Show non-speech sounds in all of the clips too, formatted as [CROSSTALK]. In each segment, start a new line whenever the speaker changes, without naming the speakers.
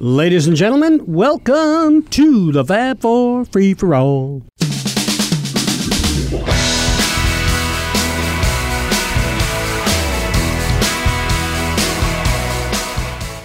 Ladies and gentlemen, welcome to the Fab Four Free for All.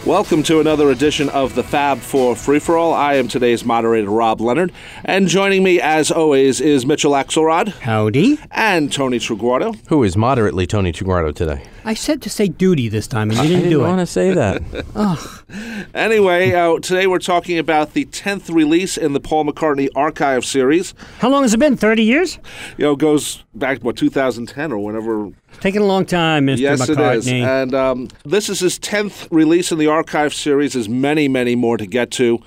Welcome to another edition of the Fab Four Free for All. I am today's moderator, Rob Leonard, and joining me, as always, is Mitchell Axelrod
Howdy.
and Tony Truguardo.
Who is moderately Tony Chiguardo today?
I said to say duty this time, and you didn't, do
I
it.
want to
[LAUGHS]
say that.
Anyway, uh, today we're talking about the tenth release in the Paul McCartney Archive series.
How long has it been? 30 years?
You know, it goes back what 2010 or whenever
Taking a long time, Mr.
Yes,
McCartney.
it is. And um, this is his 10th release in the archive series. There's many, many more to get to.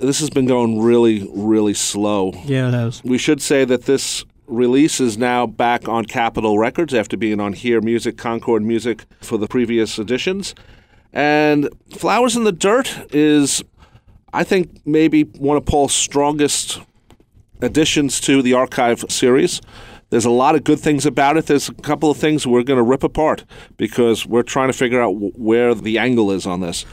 This has been going really, really slow.
yeah, it has.
We should say that this release is now back on Capitol Records after being on Here Music, Concord Music for the previous editions. And Flowers in the Dirt is, I think, maybe one of Paul's strongest additions to the archive series. There's a lot of good things about it. There's a couple of things we're going to rip apart because we're trying to figure out wh- where the angle is on this.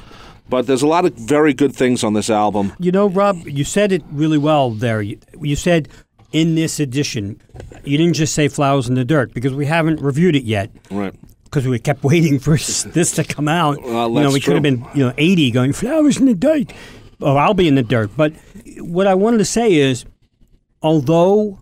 But there's a lot of very good things on this album.
You know, Rob, you said it really well there. You, you said in this edition, you didn't just say flowers in the dirt because we haven't reviewed it yet.
Right.
Because we kept waiting for [LAUGHS] s- this to come out.
Well,
you know,
that's
we could have
true.
been you know eighty going flowers in the dirt, or I'll be in the dirt. But what I wanted to say is, although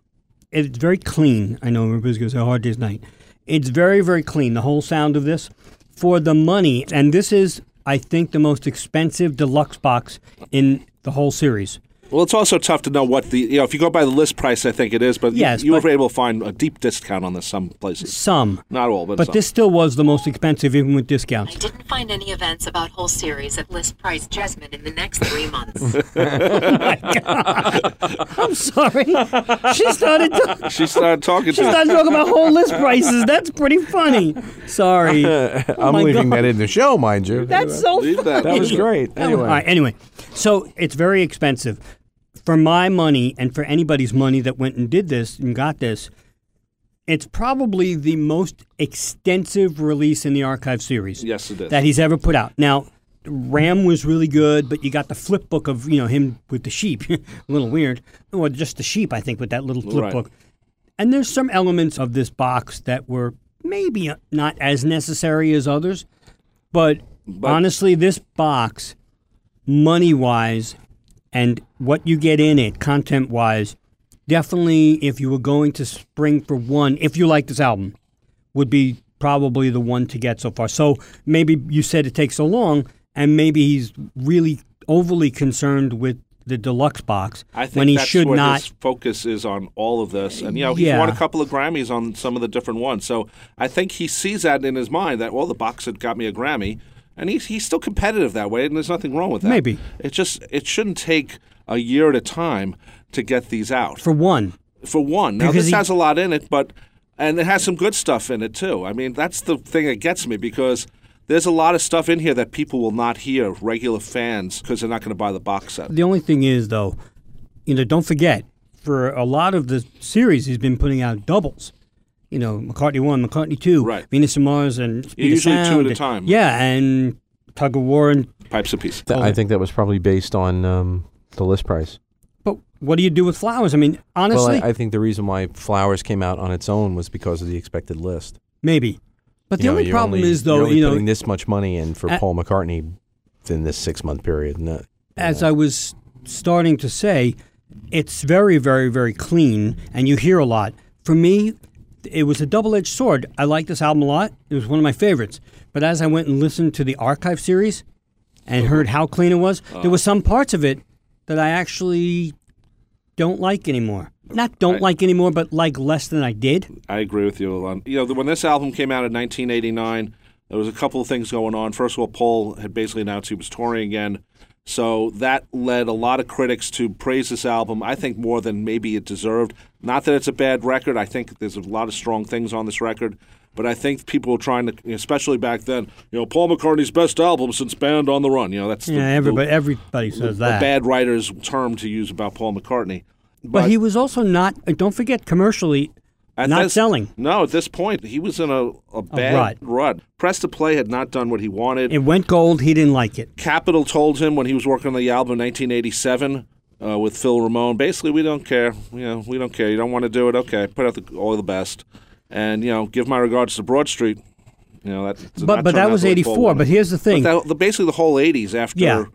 it's very clean, I know everybody's going to say hard day's night. It's very very clean. The whole sound of this for the money, and this is I think the most expensive deluxe box in the whole series.
Well, it's also tough to know what the you know if you go by the list price, I think it is, but y-
Yes,
you
but-
were able to find a deep discount on this some places,
Some,
not all, but,
but
some.
this still was the most expensive, even with discounts. [LAUGHS]
I didn't find any events about whole series at list price Jasmine in the next three months.
I'm sorry. she started. To-
she started talking
She
to.
started talking about whole list prices. That's pretty funny.
[LAUGHS]
Sorry.
I'm
Oh my
leaving
God.
that in the show, mind you.
That's so
Leave
funny.
that.
That was great.
All
Anyway,
right, anyway, so it's very expensive. For my money and for anybody's money that went and did this and got this, it's probably the most extensive release in the archive series
Yes, it is.
that he's ever put out. Now, Ram was really good, but you got the flip book of you know him with the sheep, [LAUGHS] a little weird, or just the sheep, I think, with that little flip
Right.
book. And there's some elements of this box that were maybe not as necessary as others, but, honestly, this box, money wise, and what you get in it, content wise, definitely if you were going to spring for one, if you like this album, would be probably the one to get so far. So maybe you said it takes so long, and maybe he's really overly concerned with the deluxe box
I think
when he
that's
should
where
not.
His focus is on all of this, and you know he
Yeah.
won a couple of Grammys on some of the different ones. So I think he sees that in his mind that well, the box had got me a Grammy, and he's he's still competitive that way, and there's nothing wrong with that.
Maybe.
it just it shouldn't take a year at a time to get these out.
for one,
for one. Now
Because
this
he-
has a lot in it, but and it has some good stuff in it too. I mean, that's the thing that gets me because there's a lot of stuff in here that people will not hear regular fans because they're not going to buy the box set.
The only thing is, though, you know, don't forget, for a lot of the series, he's been putting out doubles. You know, McCartney 1, McCartney 2,
Right.
Venus and Mars, and Speed of
usually two at
Sound,
a time.
Yeah, and Tug of War. And,
Pipes a piece.
Th- I think that was probably based on um, the list price.
but what do you do with flowers? I mean,
Well,
honestly,
I, I think the reason why Flowers came out on its own was because of the expected list.
maybe. But the
You know,
only
you're
problem
only-
is, though,
you're only
you know,
putting this much money in for
Uh,
Paul McCartney in this six month period. No,
as I was starting to say, it's very, very, very clean, and you hear a lot. For me, it was a double edged sword. I liked this album a lot, it was one of my favorites. But as I went and listened to the archive series and
Uh-huh.
heard how clean it was, there were some parts of it that I actually don't like anymore. Not don't like anymore, but like less than I did.
I agree with you, Alon. You know, the- when this album came out in 1989, there was a couple of things going on. First of all, Paul had basically announced he was touring again, so that led a lot of critics to praise this album. I think more than maybe it deserved. Not that it's a bad record. I think there's a lot of strong things on this record, but I think people were trying to, especially back then, you know, Paul McCartney's best album since Band on the Run. You know, that's the-
Yeah,
the,
everybody, everybody says
the
that.
bad writer's term to use about Paul McCartney.
But he was also not. uh, Don't forget, commercially,
At
Not selling.
No, at this point, he was in a, a bad
rut.
Press to Play had not done what he wanted.
It went gold. He didn't like it.
Capitol told him when he was working on the album in 1987 uh, with Phil Ramone, basically, we don't care. You know, we don't care. You don't want to do it? Okay, put out the, all the best, and you know, give my regards to Broad Street. You know, that, did
But
not
but
turn
that
out
was
the way Paul
'84.
wanted.
But here's the thing.
That- the, basically the whole 80s after
Yeah.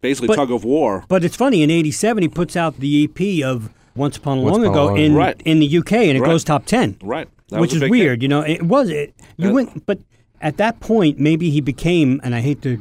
basically
But-
tug of war.
But it's funny. In '87, he puts out the EP of Once Upon a
Once
Long
Upon a
Ago
Long
in
Ago. Right.
in the UK, and it
Right.
goes top ten.
Right. That
which
was a
is
big
weird.
hit.
You know, it was it. You
Uh,
went, but at that point, maybe he became, and I hate to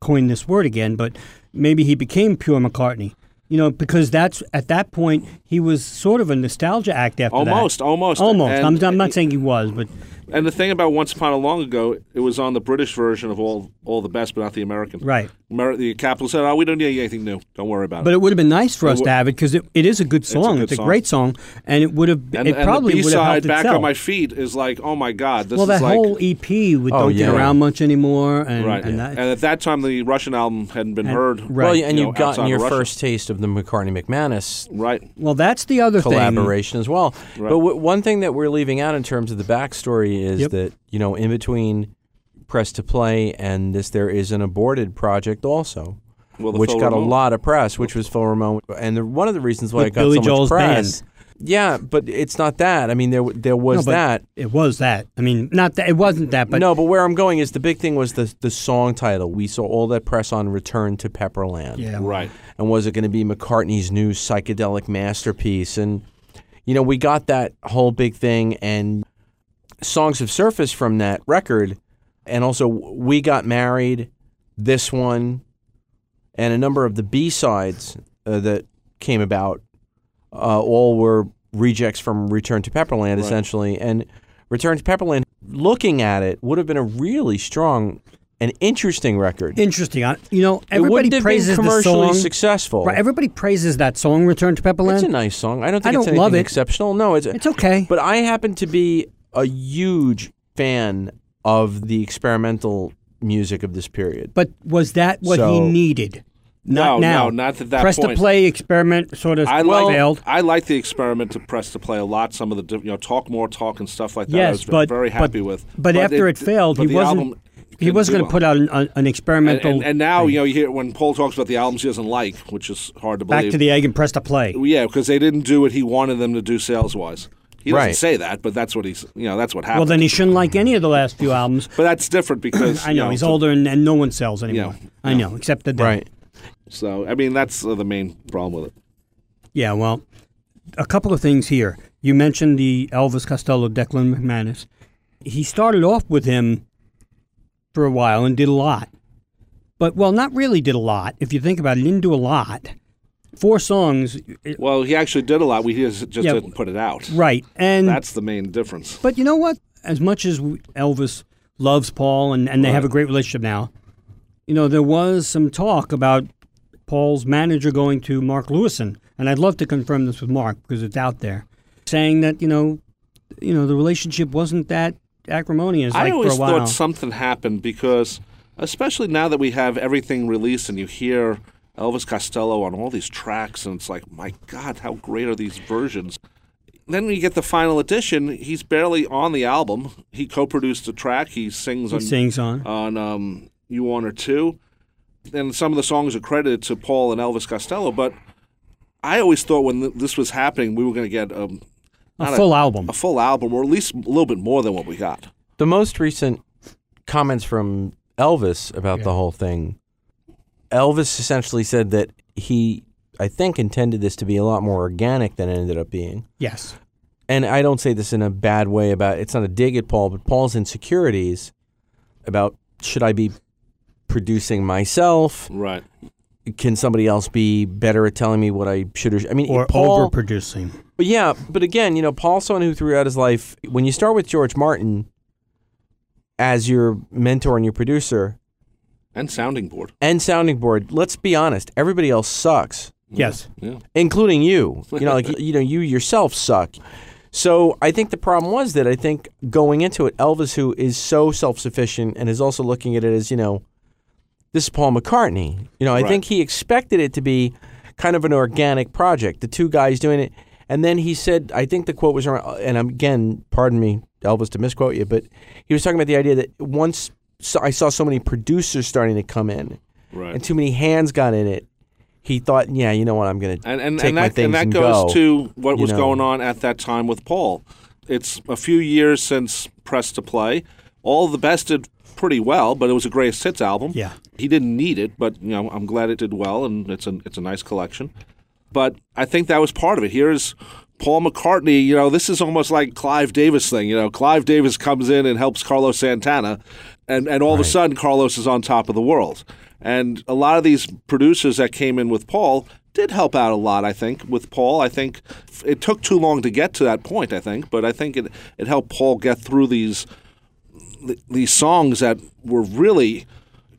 coin this word again, but maybe he became pure McCartney. You know, because that's at that point he was sort of a nostalgia act after that.
Almost, almost,
almost.
and-
I'm, I'm not saying he was, but
And the thing about Once Upon a Long Ago, it was on the British version of all all the best, but not the American.
Right.
Amer- the Capitol said, "Oh, we don't need anything new. Don't worry about
but
it."
it would have been nice for us
wa-
to have it because it, it is a good song. It's a,
good song.
great song, and it would have.
And,
it
and
probably
the
would have
B-side,
helped
Back
itself.
on My Feet, is like, oh my God, this
well,
is
that
like
whole EP with
Oh,
don't
yeah.
get around much anymore, and,
right.
and
And,
that,
at that time, the Russian album hadn't been heard.
Right.
Well, yeah, and
You
you
know,
have
outside
gotten
of
your
Russia.
first taste of the McCartney McManus
Right.
well, that's the other thing.
collaboration as well. But w- one thing that we're leaving out in terms of the backstory is
Yep.
that you know, in between press to play and this, there is an aborted project also.
Well, the
which
Phil
got
Ramone.
a lot of press, which was Phil Ramone, and the, one of the reasons why
With
it got
Billy
so
Joel's
much press. Yeah, but it's not that. I mean, there w- there was
but
that.
It was that. I mean, not that. It wasn't that, but
no, but where I'm going is the big thing was the the song title. We saw all that press on Return to Pepperland.
yeah.
Right.
And was it going to be McCartney's new psychedelic masterpiece? And you know, we got that whole big thing and songs have surfaced from that record and also we got married this one and a number of the b-sides uh, that came about uh, all were rejects from return to pepperland essentially and return to pepperland looking at it would have been a really strong and interesting record
Interesting. I, you know,
it
everybody
wouldn't have been
praises the
commercially
song.
successful
Right, everybody praises that song, "Return to Pepperland."
it's a nice song i don't think
I
it's
don't
anything
love it.
exceptional no it's
It's okay.
but I happen to be a huge fan of the experimental music of this period.
But was that what he
So-
needed? Not
No,
now.
no, not at that
Press
point.
to play experiment sort of
I like
failed.
I like the experiment to press to play a lot. Some of the diff- you know talk more talk and stuff like that. I
yes,
was
but
very
but-
happy with.
But, after it, failed,
but
he
the
wasn't.
album
He
didn't
was
do
going to
well.
put out an, an, an
And,
experimental
and, and now you know you hear when Paul talks about the albums he doesn't like, which is hard to believe.
back to the egg and press to play.
yeah, because they didn't do what he wanted them to do sales wise. He doesn't
Right.
say that, but that's what he's you know that's what happened.
Well, then he shouldn't like any of the last few albums.
but that's different
[CLEARS THROAT]
because
I know,
you
he's
so-
older and, and no one sells anymore. I know, except the
Right.
So I mean that's uh, the main problem with it.
Yeah, well, a couple of things here. You mentioned the Elvis Costello, Declan McManus. He started off with him for a while and did a lot. But, well, not really did a lot. If you think about it, he didn't do a lot. Four songs, it-
Well, he actually did a lot. We just, just
Yeah.
didn't put it out.
right. And
That's the main difference.
But you know what? As much as we- Elvis loves Paul and, and they have a great relationship now, you know, there was some talk about Paul's manager going to Mark Lewison, and I'd love to confirm this with Mark because it's out there, saying that, you know, you know, the relationship wasn't that acrimonious
I
like for
always
a while.
thought something happened because, especially now that we have everything released and you hear Elvis Costello on all these tracks, and it's like, my God, how great are these versions? Then when you get the final edition, he's barely on the album. He co-produced a track. He sings
he
on
sings on.
on um, You One or Two. And some of the songs are credited to Paul and Elvis Costello. But I always thought when th- this was happening, we were going to get um, not
a full album.
a full album, or at least a little bit more than what we got.
The most recent comments from Elvis about the whole thing, Elvis essentially said that he, I think, intended this to be a lot more organic than it ended up being.
yes.
And I don't say this in a bad way about it's not a dig at Paul, but Paul's insecurities about should I be producing myself?
Right.
Can somebody else be better at telling me what I should or sh- I mean
Or
Paul,
overproducing.
But yeah, but again, you know, Paul's someone who threw out his life. When you start with George Martin as your mentor and your producer
And sounding board.
and sounding board, let's be honest, everybody else sucks,
Yes.
Yeah.
including you. You know, like you know, you yourself suck. So I think the problem was that I think going into it, Elvis, who is so self-sufficient and is also looking at it as you know, this is Paul McCartney. You know, I
Right.
think he expected it to be kind of an organic project. The two guys doing it, And then he said, I think the quote was around, and I'm- again, pardon me, Elvis, to misquote you, but he was talking about the idea that once so I saw so many producers starting to come in
Right.
and too many hands got in it, he thought, yeah, you know what, I'm going to
and and,
take
and
my
that
things
and
and,
that goes
go.
to what
you
was
know.
going on at that time with Paul. It's a few years since Press to Play. All the best did pretty well, but it was a greatest hits album.
Yeah.
he didn't need it, but you know I'm glad it did well, and it's a it's a nice collection. But I think that was part of it. Here's Paul McCartney. You know, this is almost like Clive Davis thing. You know, Clive Davis comes in and helps Carlos Santana, and and all of a sudden Carlos is on top of the world. And a lot of these producers that came in with Paul did help out a lot. I think with Paul, I think f- it took too long to get to that point. I think, but I think it it helped Paul get through these th- these songs that were really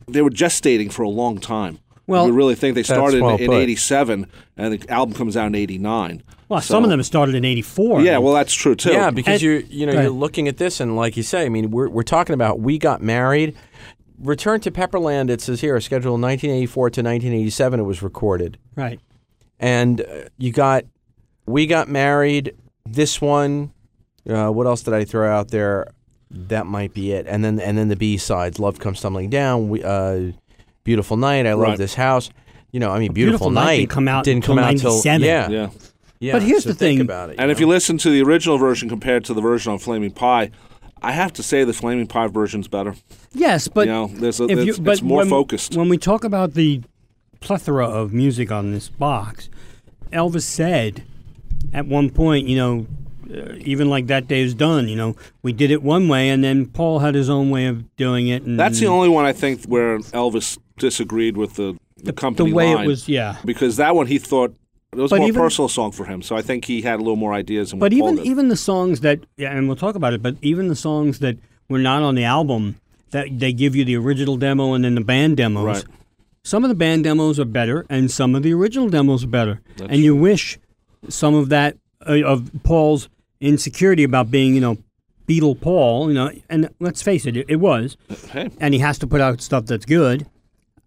they were gestating for a long time.
Well,
you really think they started
well
in
put.
'87 and the album comes out in '89.
Well, some of them started in '84.
Yeah, well, that's true too.
Yeah, because
And-
you're you know
Go
you're
ahead.
looking at this and like you say, I mean we're we're talking about we got married. Return to Pepperland. It says here scheduled 1984 to 1987. It was recorded,
right.
and uh, you got we got married. This one. Uh, what else did I throw out there? That might be it. And then and then the B sides. Love comes tumbling down. We, uh, beautiful night. I love
Right.
this house. You know, I mean,
Beautiful
beautiful,
Night didn't come out
didn't
until
come out till
97.
yeah,
yeah.
yeah.
But here's
So
the
think
thing-
about it.
And if you listen to the original version compared to the version on Flaming Pie, I have to say the Flaming Pie version's better.
Yes, but
you know, there's a,
if you,
it's,
but
it's more
when,
focused.
When we talk about the plethora of music on this box, Elvis said at one point, you know, uh, even like that day is done. You know, we did it one way, and then Paul had his own way of doing it. And
Mm-hmm.
That's the only one I think where Elvis disagreed with the, the, company
way it
line,
was- yeah.
Because that one he thought it was
But
more
even-
personal song for him. So I think he had a little more ideas. Than
But
what Paul
even
did.
even the songs that, yeah, and we'll talk about it. But even the songs that were not on the album, that they give you the original demo and then the band demos.
Right.
Some of the band demos are better, and some of the original demos are better. and you wish some of that uh, of Paul's insecurity about being, you know, Beatle Paul, you know, and let's face it, it, it was,
hey,
and he has to put out stuff that's good.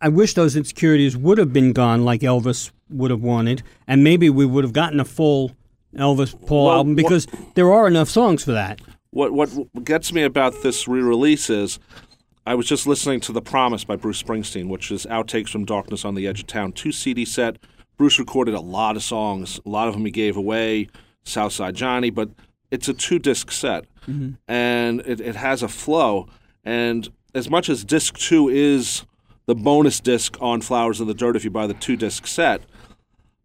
I wish those insecurities would have been gone, like Elvis would have wanted, and maybe we would have gotten a full Elvis Paul
Well,
album
what-
because there are enough songs for that.
what what gets me about this re-release is I was just listening to The Promise by Bruce Springsteen, which is outtakes from Darkness on the Edge of Town, two CD set. Bruce recorded a lot of songs, a lot of them he gave away, Southside Johnny, but it's a two disc set and it, it has a flow. And as much as disc two is the bonus disc on Flowers in the Dirt, if you buy the two disc set,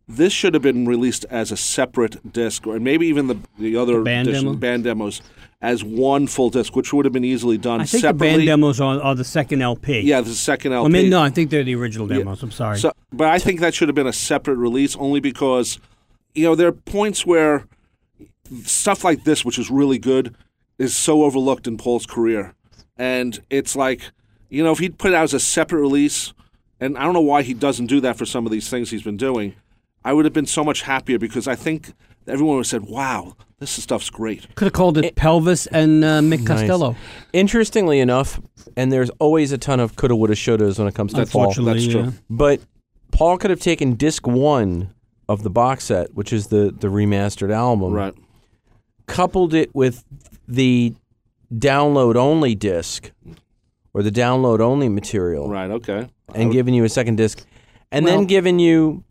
this should have been released as a separate disc, or maybe even the the other
band
edition-
demo?
band demos as one full disc, which would have been easily done
I think
separately.
the band demos are, are the second LP.
yeah, the second
I
LP.
mean, no, I think they're the original demos. I'm sorry.
So, but I think that should have been a separate release only because, you know, there are points where stuff like this, which is really good, is so overlooked in Paul's career. And it's like, you know, if he'd put it out as a separate release, and I don't know why he doesn't do that for some of these things he's been doing, I would have been so much happier because I think everyone would have said, wow, this stuff's great.
Could have called it, Pelvis and uh, Mick Costello.
Interestingly enough, and there's always a ton of coulda, woulda, shouldas when it comes to Paul.
Unfortunately, uh,
that's true.
yeah.
But Paul could have taken disc one of the box set, which is the, the remastered album,
Mm.
Right.
coupled it with the download only disc or the download only material,
Right. Okay.
and given you a second disc, and
Well-
then given you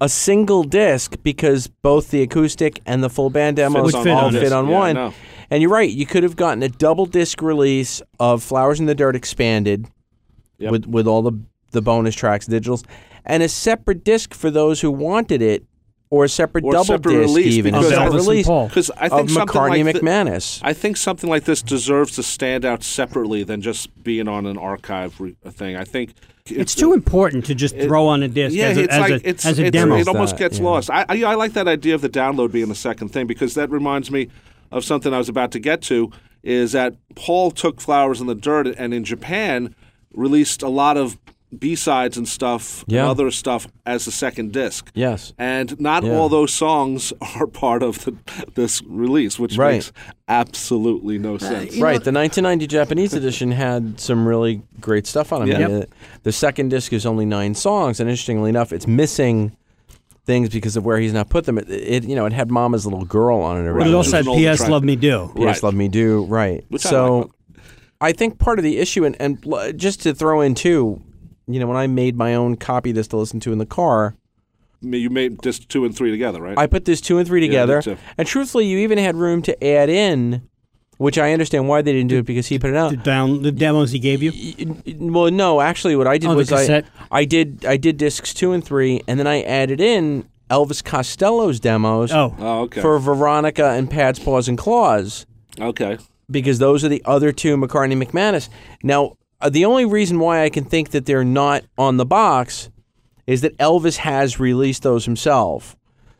a single disc because both the acoustic and the full band demos
Would fit
all
on
fit
disc.
on
Yeah, I
one.
know.
And you're right, you could have gotten a double disc release of Flowers in the Dirt expanded
Yep.
with with all the the bonus tracks, digitals, and a separate disc for those who wanted it, or a separate
Or
double
separate
disc
release
even, a
because-
separate
Elvis and
release
Paul.
Because I
of
think something
McCartney
like thi-
McManus.
I think something like this deserves to stand out separately than just being on an archive re- thing. I think
It's too important to just throw on a disc
Yeah,
as
it's
a, as
like
a,
it's,
as a
it's-
demo.
it almost
That,
gets
yeah.
lost. I, I I like that idea of the download being the second thing because that reminds me of something I was about to get to. Is that Paul took Flowers in the Dirt and in Japan released a lot of B sides and stuff,
Yeah.
and other stuff as the second disc.
Yes.
and not
Yeah.
all those songs [LAUGHS] are part of the, this release, which
Right.
makes absolutely no sense.
Right, the 1990 Japanese edition had some really great stuff on it. I mean,
Yep.
The, the second disc is only nine songs, and interestingly enough, it's missing things because of where he's now put them. It, it you know it had Mama's Little Girl on it.
But
Right.
it
Right.
also had
It's an old
P.S.
track.
Love Me Do.
Yes, Love Me Do. Right.
Which I like.
so I, think part of the issue, and, and l- just to throw in too, you know, when I made my own copy of this to listen to in the car,
You made just two and three together, right?
I put this two and three
Yeah, me
together.
too.
and truthfully, you even had room to add in, which I understand why they didn't do it because he put it out.
The, down, the demos he gave you.
Y- y- Well, no, actually, what I did
Oh, the
was I,
cassette?
I did I did discs two and three, and then I added in Elvis Costello's demos
Oh,
oh, okay.
for Veronica and Pat's Paws and Claws
okay.
because those are the other two McCartney McManus. Now, uh, the only reason why I can think that they're not on the box is that Elvis has released those himself.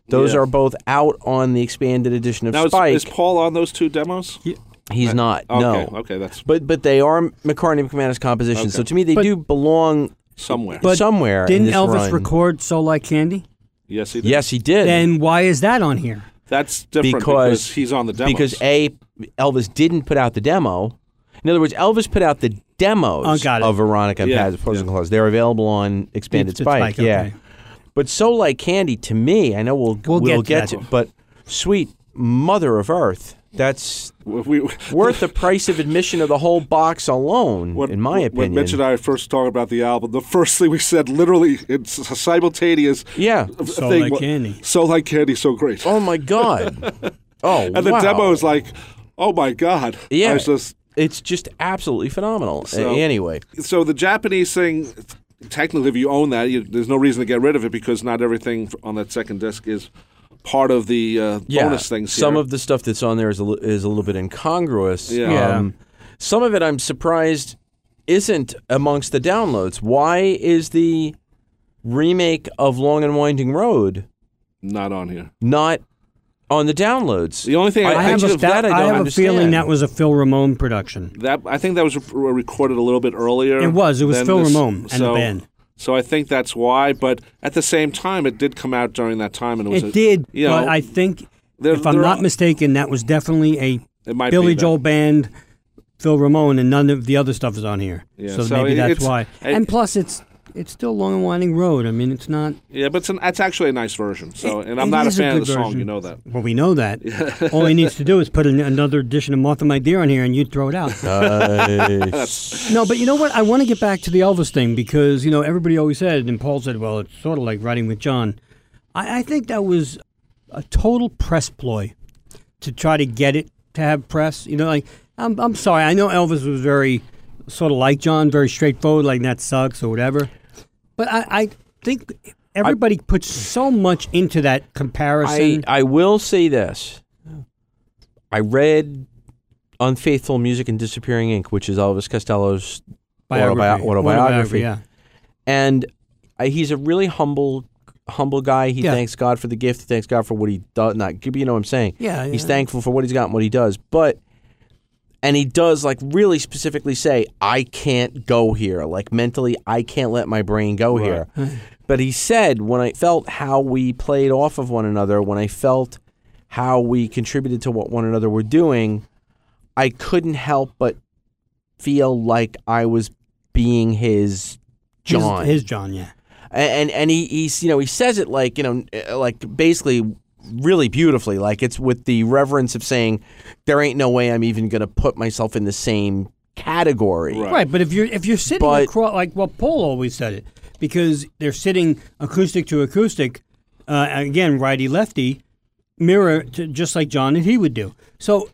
Those
Yeah.
are both out on the expanded edition of
Now, is,
Spike.
is Paul on those two demos?
He's not.
Okay.
no.
Okay, that's
But but they are McCartney McManus compositions.
Okay.
So to me, they
But-
do belong
somewhere.
But
somewhere. in
didn't
this
Elvis
run.
record So Like Candy?
yes, he did.
Yes, he did.
Then why is that on here?
That's different because,
Because-
he's on the demos.
because a Elvis didn't put out the demo. In other words, Elvis put out the demos
Oh, got it.
of Veronica and
Yeah,
Pat's Poison Claws. They're available on Expanded
It's- it's
Spike.
Spike,
yeah,
okay.
but so like candy to me, I know we'll
We'll get to
get,
that.
to, but sweet mother of earth, that's
[LAUGHS] we, we-
worth the price of admission of the whole box alone,
when,
in my
When
opinion.
Mitch and I first talked about the album, the first thing we said, literally, it's a simultaneous.
yeah.
So
thing
Like
wa-
Candy.
So like candy, so great.
Oh
[LAUGHS]
my god. Oh,
and the
wow.
demo is like, oh my god.
Yeah.
I was just
It's just absolutely phenomenal.
So-
A- anyway,
so the Japanese thing, technically, if you own that, you, there's no reason to get rid of it because not everything on that second disc is part of the uh,
yeah,
bonus things.
some
here.
of the stuff that's on there is a, li- is a little bit incongruous.
Yeah.
Yeah.
Um, some of it I'm surprised isn't amongst the downloads. Why is the remake of Long and Winding Road
not on here.
not on the downloads?
The only thing I,
I
I have,
just-
a,
that I
I
don't
have a feeling
understand.
that was a Phil Ramone production.
that I think that was re- recorded a little bit earlier.
It was. It was
than
Phil
this-
Ramone and the
so,
band.
So I think that's why. But at the same time, it did come out during that time, and it was.
It
a-
did,
You
but
know,
I think,
there-
if I'm
there
not
are-
mistaken, that was definitely a
it might
Billy
be that.
Joel band, Phil Ramone, and none of the other stuff is on here.
Yeah,
So,
so
maybe
it-
that's
it's-
why.
I-
and plus, it's it's still long and winding road. I mean, it's not.
Yeah, but it's, an, it's actually a nice version. So,
It-
and I'm
it
not a
is
fan of
good
the song.
version.
You know that.
Well, we know that. All he needs to do is put an, another edition of Martha My Dear on here, and you'd throw it out. No, but you know what? I want to get back to the Elvis thing because you know everybody always said, and Paul said, "Well, it's sort of like riding with John." I, I think that was a total press ploy to try to get it to have press. You know, like I'm, I'm sorry, I know Elvis was very sort of like John, very straightforward, like that sucks or whatever. But I, I think everybody puts so much into that
I,
comparison.
I will say this. I read Unfaithful Music and Disappearing Ink, which is Elvis Costello's autobi- autobiography.
yeah.
And I, he's a really humble humble guy. He
Yeah.
thanks God for the gift. He thanks God for what he does. Not, you know what I'm saying?
Yeah,
He's
yeah.
thankful for what he's got and what he does. But and he does like really specifically say, "I can't go here." Like mentally, I can't let my brain
[LAUGHS]
go here. But he said, when I felt how we played off of one another, when I felt how we contributed to what one another were doing, I couldn't help but feel like I was being
His-
his John
his John, yeah.
and and he he's you know he says it like you know uh, like basically really beautifully like it's with the reverence of saying there ain't no way I'm even going to put myself in the same category.
Right.
Right, but if you're if you're sitting
But-
across, like well, Paul always said it, because they're sitting acoustic to acoustic, uh, again righty lefty, mirror to, just like John and he would do. So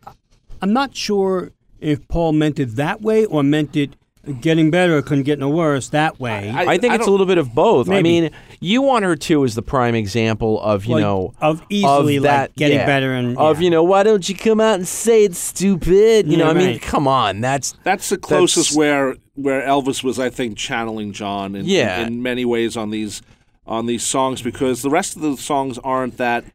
I'm not sure if Paul meant it that way or meant it getting better couldn't get no worse that way.
I think
I
it's a
don't-
little bit of both. I
Maybe.
mean, you want her to is the prime example of you
Like,
know
of easily, like,
that,
getting
yeah,
better and-
of
yeah.
you know why don't you come out and say it's stupid? You know,
Yeah,
I mean,
right.
come on, that's
That's the closest
That's-
where where Elvis was, I think, channeling John in,
Yeah.
in, many ways on these on these songs because the rest of the songs aren't that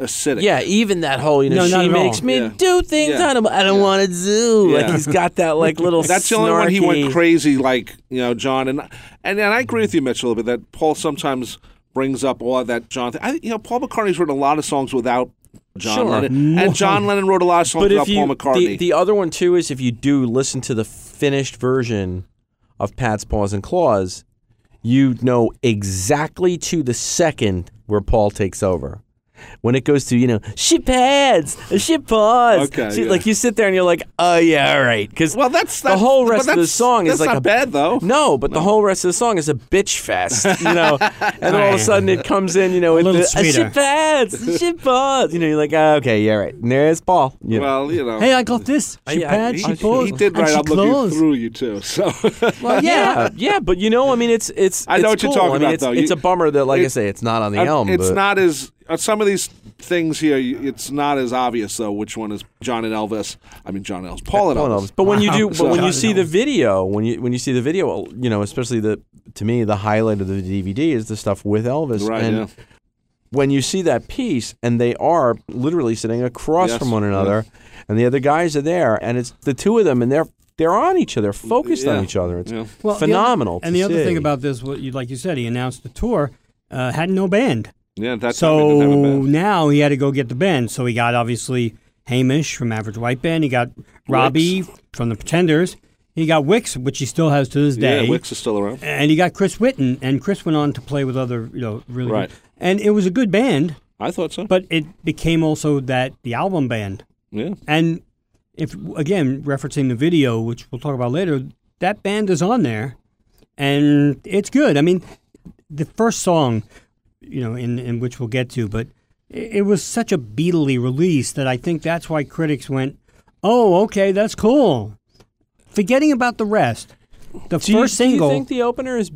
acidic.
Yeah, even that whole, you know,
No, not
she
at all.
makes me
Yeah.
do things
Yeah.
I don't, I don't want to do. Like
Yeah.
he's got that like
[LAUGHS]
little.
That's the only one he
snarky-
went crazy, like you know, John and and, and I agree with you, Mitch, a little bit that Paul sometimes brings up all of that John. Thing. I, you know, Paul McCartney's written a lot of songs without John
Sure.
Lennon, and John Lennon wrote a lot of songs
But
without
if you,
Paul McCartney.
the, the other one too is if you do listen to the finished version of Pat's Paws and Claws, you know exactly to the second where Paul takes over. When it goes to, you know, ship heads, ship paws.
Okay,
she-
yeah.
Like you sit there and you're like, oh, yeah, all right. Because
Well, that's,
the
that's
whole
but
rest of the
that's-
song is
that's
like
not
a
bad though.
No, but the whole rest of the song is a bitch fest,
[LAUGHS]
you know. and then all of a sudden it comes in, you know, with
little
the
sweeter.
ship heads, ship paws. You know, you're like, oh, okay, yeah, right. And there's Paul. You know.
Well, you know.
Hey, I got this. She
I- I-
pad,
he,
she
I-
paused,
he did
and
right.
she
I'm looking
closed.
through you too. So [LAUGHS]
Well, yeah.
yeah, yeah, but you know, I mean, it's it's.
I know what
it's
you're
cool.
talking
I mean,
about,
it's,
though.
It's
You-
a bummer that, like I
it-
say, it's not on the
Um,
album.
it's
but-
not as uh, some of these things here. you- It's not as obvious though. Which one is John and Elvis? I mean, John and Elvis. Paul and
Paul and
Elvis.
Elvis. But when you do, but when
[LAUGHS] So-
you see the video, when you when you see the video, you know, especially the to me, the highlight of the DVD is the stuff with Elvis.
Right.
and
yeah.
when you see that piece, and they are literally sitting across
Yes,
from one another, and the other guys are there, and it's the two of them, and they're they're on each other, focused
Yeah.
on each other. It's
Yeah.
Well, the other-
phenomenal. to
and the other
see.
thing about this, what you, like you said, he announced the tour, uh, had no band.
Yeah. That's
so
I mean, they have a band.
now he had to go get the band. So he got obviously Hamish from Average White Band. He got Robbie from the Pretenders. He got Wicks, which he still has to this day.
Yeah, Wicks is still around.
And he got Chris Whitten, and Chris went on to play with other, you know, really.
Right.
Good. And it was a good band,
I thought so.
but it became also that the album band.
yeah.
And if again referencing the video, which we'll talk about later, that band is on there, and it's good. I mean, the first song, you know, in, in which we'll get to, but it, it was such a Beatley release that I think that's why critics went, "Oh, okay, that's cool," forgetting about the rest. The
do you,
first
do you
single,
think the opener is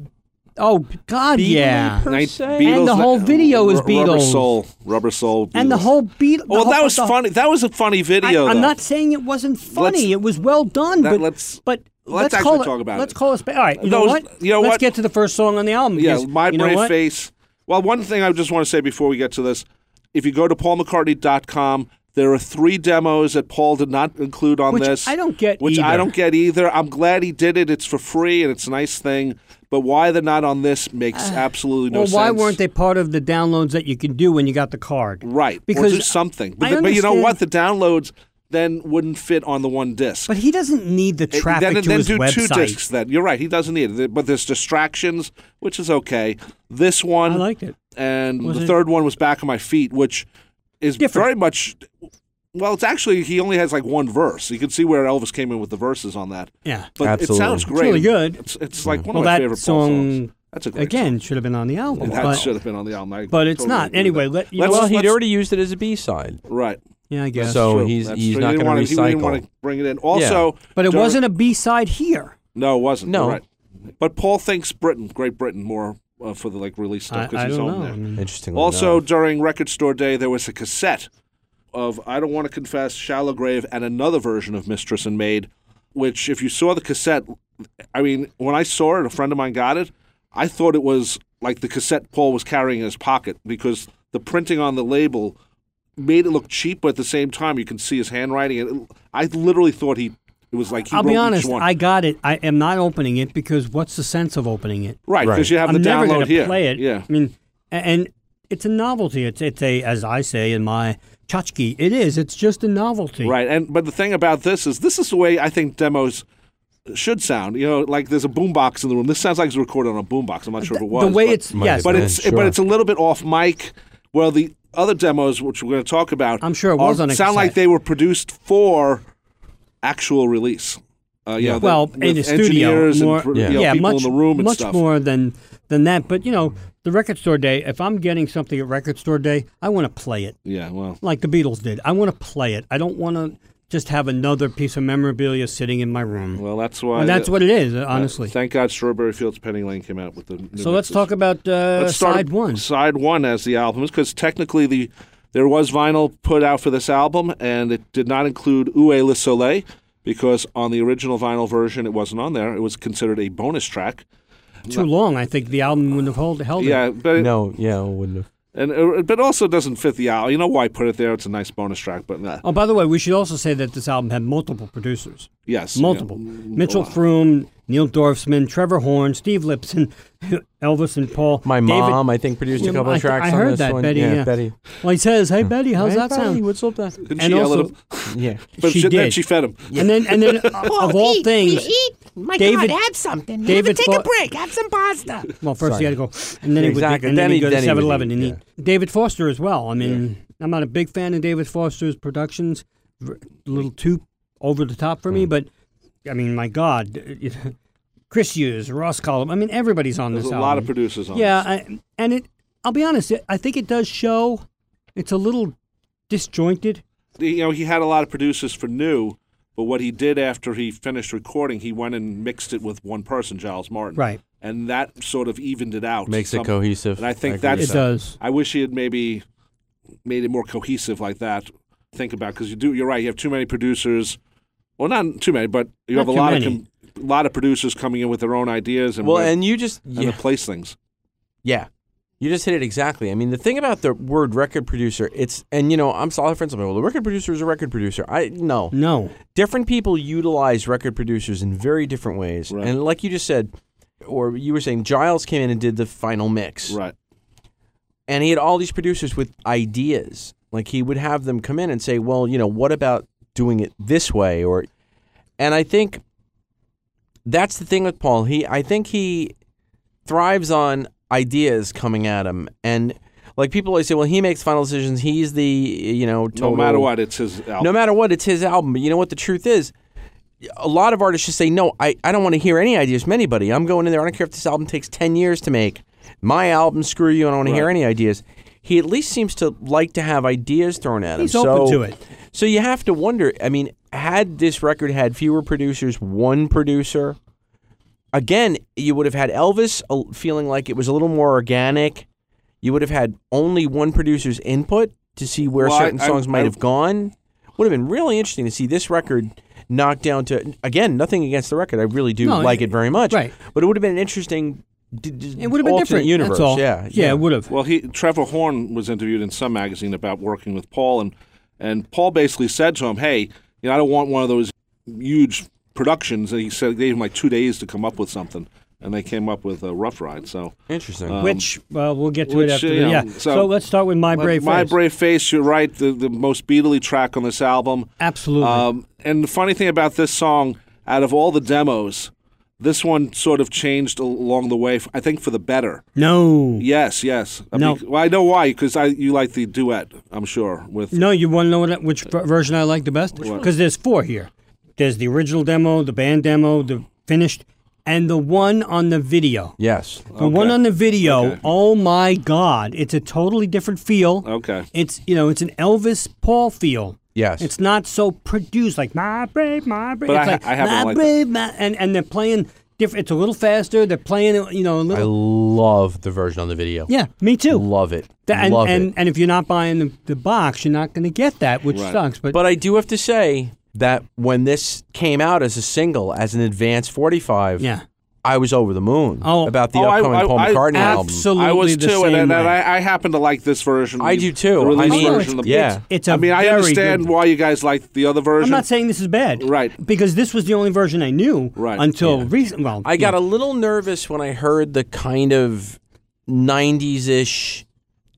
oh God,
Beatley
yeah,
per
Night-
se?
Beatles-
And the whole video is
Ru- Rubber
Beatles.
Soul. Rubber Soul.
and the
Beatles.
whole
Oh,
beat.
Well, that was funny. That was a funny
I,
video.
am
though.
not saying it wasn't funny. it was well done,
that-
but
let's-
but
let's
call
actually talk about
Let's
it.
call us back. All right, you know
Those-
what?
you know
let's
what?
get to the first song on the album.
Yeah,
because
my
you know
brave
what?
face. Well, one thing I just want to say before we get to this, if you go to paulmccartney.com, there are three demos that Paul did not include on
Which
this.
I don't get
Which I
either.
don't get either. I'm glad he did it. It's for free and it's a nice thing. But why they're not on this makes absolutely no
Uh, Well,
sense.
why weren't they part of the downloads that you can do when you got the card?
Right.
Because
or do something. But,
I
the- but you know
understand-
what? The downloads then wouldn't fit on the one disc.
But he doesn't need the
It-
traffic
then,
to
then
his
do
website.
two discs then. You're right. He doesn't need it. There- But there's distractions, which is okay. This one
I liked it.
and
Was
the
it-
third one was back on my feet, which is
Different.
very much. Well, it's actually he only has like one verse. You can see where Elvis came in with the verses on that.
Yeah.
but
Absolutely.
it sounds
It's
great.
really good.
It's, it's like one
Well,
of my
that
favorite Paul
song-
songs. That's a great
Again, should have been on the
song.
album.
That
but,
should have been on the album. I
but it's
totally
not.
agree
Anyway,
with
let you know
Let's-
well,
what?
he'd
let's-
already used it as a B side,
that. right.
Yeah, I guess.
so
True.
he's
That's
he's
true.
not
He didn't
going
wanna-
to
He didn't
recycle.
want to bring it in. Also,
but it
during-
wasn't a B side here.
No, it wasn't.
No.
You're right. But Paul thinks Britain, Great Britain, more uh, for the like release
I,
stuff
I
because he's
don't
on
know. Mm-hmm. I
there.
mean,
Interestingly
Also,
enough.
during Record Store Day, there was a cassette of I Don't Want to Confess, Shallow Grave, and another version of Mistress and Maid, which, if you saw the cassette, I mean, when I saw it, a friend of mine got it, I thought it was like the cassette Paul was carrying in his pocket because the printing on the label made it look cheap, but at the same time, you can see his handwriting. And it, I literally thought he. It was like he
I'll
wrote
be
each
honest.
one.
I got it. I am not opening it because what's the sense of opening it?
right because
Right.
you have
I'm
the
never
download
gonna
here.
play it.
Yeah,
I mean, a- and it's a novelty. It's it's a as I say in my tchotchke, It is. It's just a novelty.
Right, and but the thing about this is, this is the way I think demos should sound. You know, like there's a boombox in the room. This sounds like it's recorded on a boombox. I'm not sure if it was.
the way
but,
it's
Might
yes,
but
Yeah,
it's
sure.
but it's a little bit off mic. Well, the other demos, which we're going to talk about,
I'm sure it was
are-
on a
sound like
cassette.
they were produced for actual release. Uh, you know,
well
the,
in the
with
studio
engineers
more.
and pro-
yeah,
you know, people
much
in the room and
much
stuff.
more than than that. But you know, the record store day. If I'm getting something at record store day, I want to play it
Yeah, well,
like the Beatles did. I want to play it. I don't want to just have another piece of memorabilia sitting in my room.
well, that's why.
and that's
the-
what it is,
uh,
honestly.
thank God, Strawberry Fields Penny Lane came out with the. New
so let's
mixes.
talk about uh,
Let's start
side
at
one.
Side one as the album is because technically the there was vinyl put out for this album and it did not include Ue Le Soleil because on the original vinyl version it wasn't on there. It was considered a bonus track.
Too long, I think the album wouldn't have hold, held it.
Yeah, but it,
no, yeah, it wouldn't have.
and it, but also doesn't fit the album. You know why I put it there? It's a nice bonus track, but uh, nah.
Oh, by the way, we should also say that this album had multiple producers.
yes, yeah. mm,
Multiple. Mitchell Froom, Neil Dorfman, Trevor Horn, Steve Lipson, [LAUGHS] Elvis and Paul.
My
David-
mom, I think, produced
Yeah,
a couple
I
of
th-
tracks
I
on
heard
this
that,
one.
Betty,
yeah,
yeah.
Betty.
Well, he says, "Hey Betty, how's that sound?"
What's up, that?
Didn't
And
she yell at
also-
him? [LAUGHS]
Yeah.
But
she
then
did.
she fed him.
And then, and then, uh, of all things,
My
David-
God, have something.
David
David, take
Fo-
a break. Have some pasta.
Well, first he had to go, and then he would,
Exactly.
and then,
Then
he'd
he-
go
then
to
he would
7-Eleven.
eat,
And he,
yeah.
David Foster as well. I mean, I'm not a big fan of David Foster's productions, v- a little too over the top for me.
Mm.
But I mean, my God, [LAUGHS] Chris Hughes, Ross Collum. I mean, everybody's on
There's
this
a
album.
lot of producers on
Yeah,
this.
I, and it. I'll be honest. I think it does show. It's a little disjointed.
you know, he had a lot of producers for new, but what he did after he finished recording, he went and mixed it with one person, Giles Martin.
Right.
And that sort of evened it out.
Makes it
some-
cohesive.
And I think
I agree
that's
It does.
I wish he had maybe made it more cohesive like that. Think about because you do. You're right. You have too many producers. Well, not too many, but you
Not
have a
too
lot
many.
of com- lot of producers coming in with their own ideas and
well,
where-
and you just
and
yeah,
to place things.
yeah, you just hit it exactly. I mean, the thing about the word record producer, it's and you know, I'm solid friends with my well, the record producer is a record producer. I no,
No.
different people utilize record producers in very different ways,
Right.
and like you just said, or you were saying, Giles came in and did the final mix,
Right.
and he had all these producers with ideas. Like he would have them come in and say, "Well, you know, what about doing it this way?" Or, and I think that's the thing with Paul. He, I think he thrives on ideas coming at him, and like people always say, "Well, he makes final decisions. He's the you know total,
No matter what, it's his album.
no matter what, it's his album. But you know what the truth is? A lot of artists just say, no, I, I don't want to hear any ideas from anybody. I'm going in there. I don't care if this album takes 10 years to make. My album, screw you. I don't want to hear
Right.
any ideas. He at least seems to like to have ideas thrown at him.
He's open
So-
to it.
So you have to wonder I mean, had this record had fewer producers, one producer, again, you would have had Elvis uh, feeling like it was a little more organic. You would have had only one producer's input to see where
Well, I-
certain
I-
songs might
I-
have gone. Would have been really interesting to see this record knocked down to again. Nothing against the record, I really do
No,
like
it-
it, very much.
right.
but it would have been an interesting. D- d-
It would have been
alternate
different.
Universe,
That's all.
yeah,
Yeah, it would have.
Well, he Trevor Horn was interviewed in some magazine about working with Paul, and and Paul basically said to him, "Hey, you know, I don't want one of those huge productions." And he said gave him like two days to come up with something, and they came up with a Rough Ride. So
interesting.
which well, we'll get to
Um, which,
it after.
you
the-
know,
yeah. So,
so-
let's start with my
But
brave.
My
Face.
Brave Face, you're right, the, the most Beatly track on this album.
Absolutely.
Um, and the funny thing about this song, out of all the demos, this one sort of changed al- along the way, f- I think for the better.
no.
Yes, yes. I
No.
bec- well, I know why, because I you like the duet, I'm sure, with
No, you want to know what, which ver- version I like the best? Because there's four here. There's the original demo, the band demo, the finished, and the one on the video.
yes,
The one on the video, oh my God, it's a totally different feel.
Okay.
It's you know, it's an Elvis Paul feel.
yes.
It's not so produced like my brave, my brave.
But
it's
I ha-
like
I haven't
my
liked that.
brave, my, and and they're playing different. It's a little faster. They're playing, it, you know, a
I
little.
love the version on the video.
yeah, me too.
love it.
Tha- and,
love
and,
it.
and if you're not buying the, the box, you're not going to get that, which
Right.
sucks. But,
But I do have to say that when this came out as a single, as an advanced 45,
yeah,
I was over the moon
Oh.
about the
Oh, I-
upcoming
I-
Paul
I-
McCartney album.
absolutely.
I was
the
too,
same
and, and
way.
I, I happen to like this version.
I do too.
The release
I mean-
version.
it's,
the-
yeah.
it's, it's a
I mean, I
very
understand
good-
why you guys like the other version.
I'm not saying this is bad,
Right.
Because this was the only version I knew
Right,
until recent. Well,
I got
yeah.
a little nervous when I heard the kind of 90s ish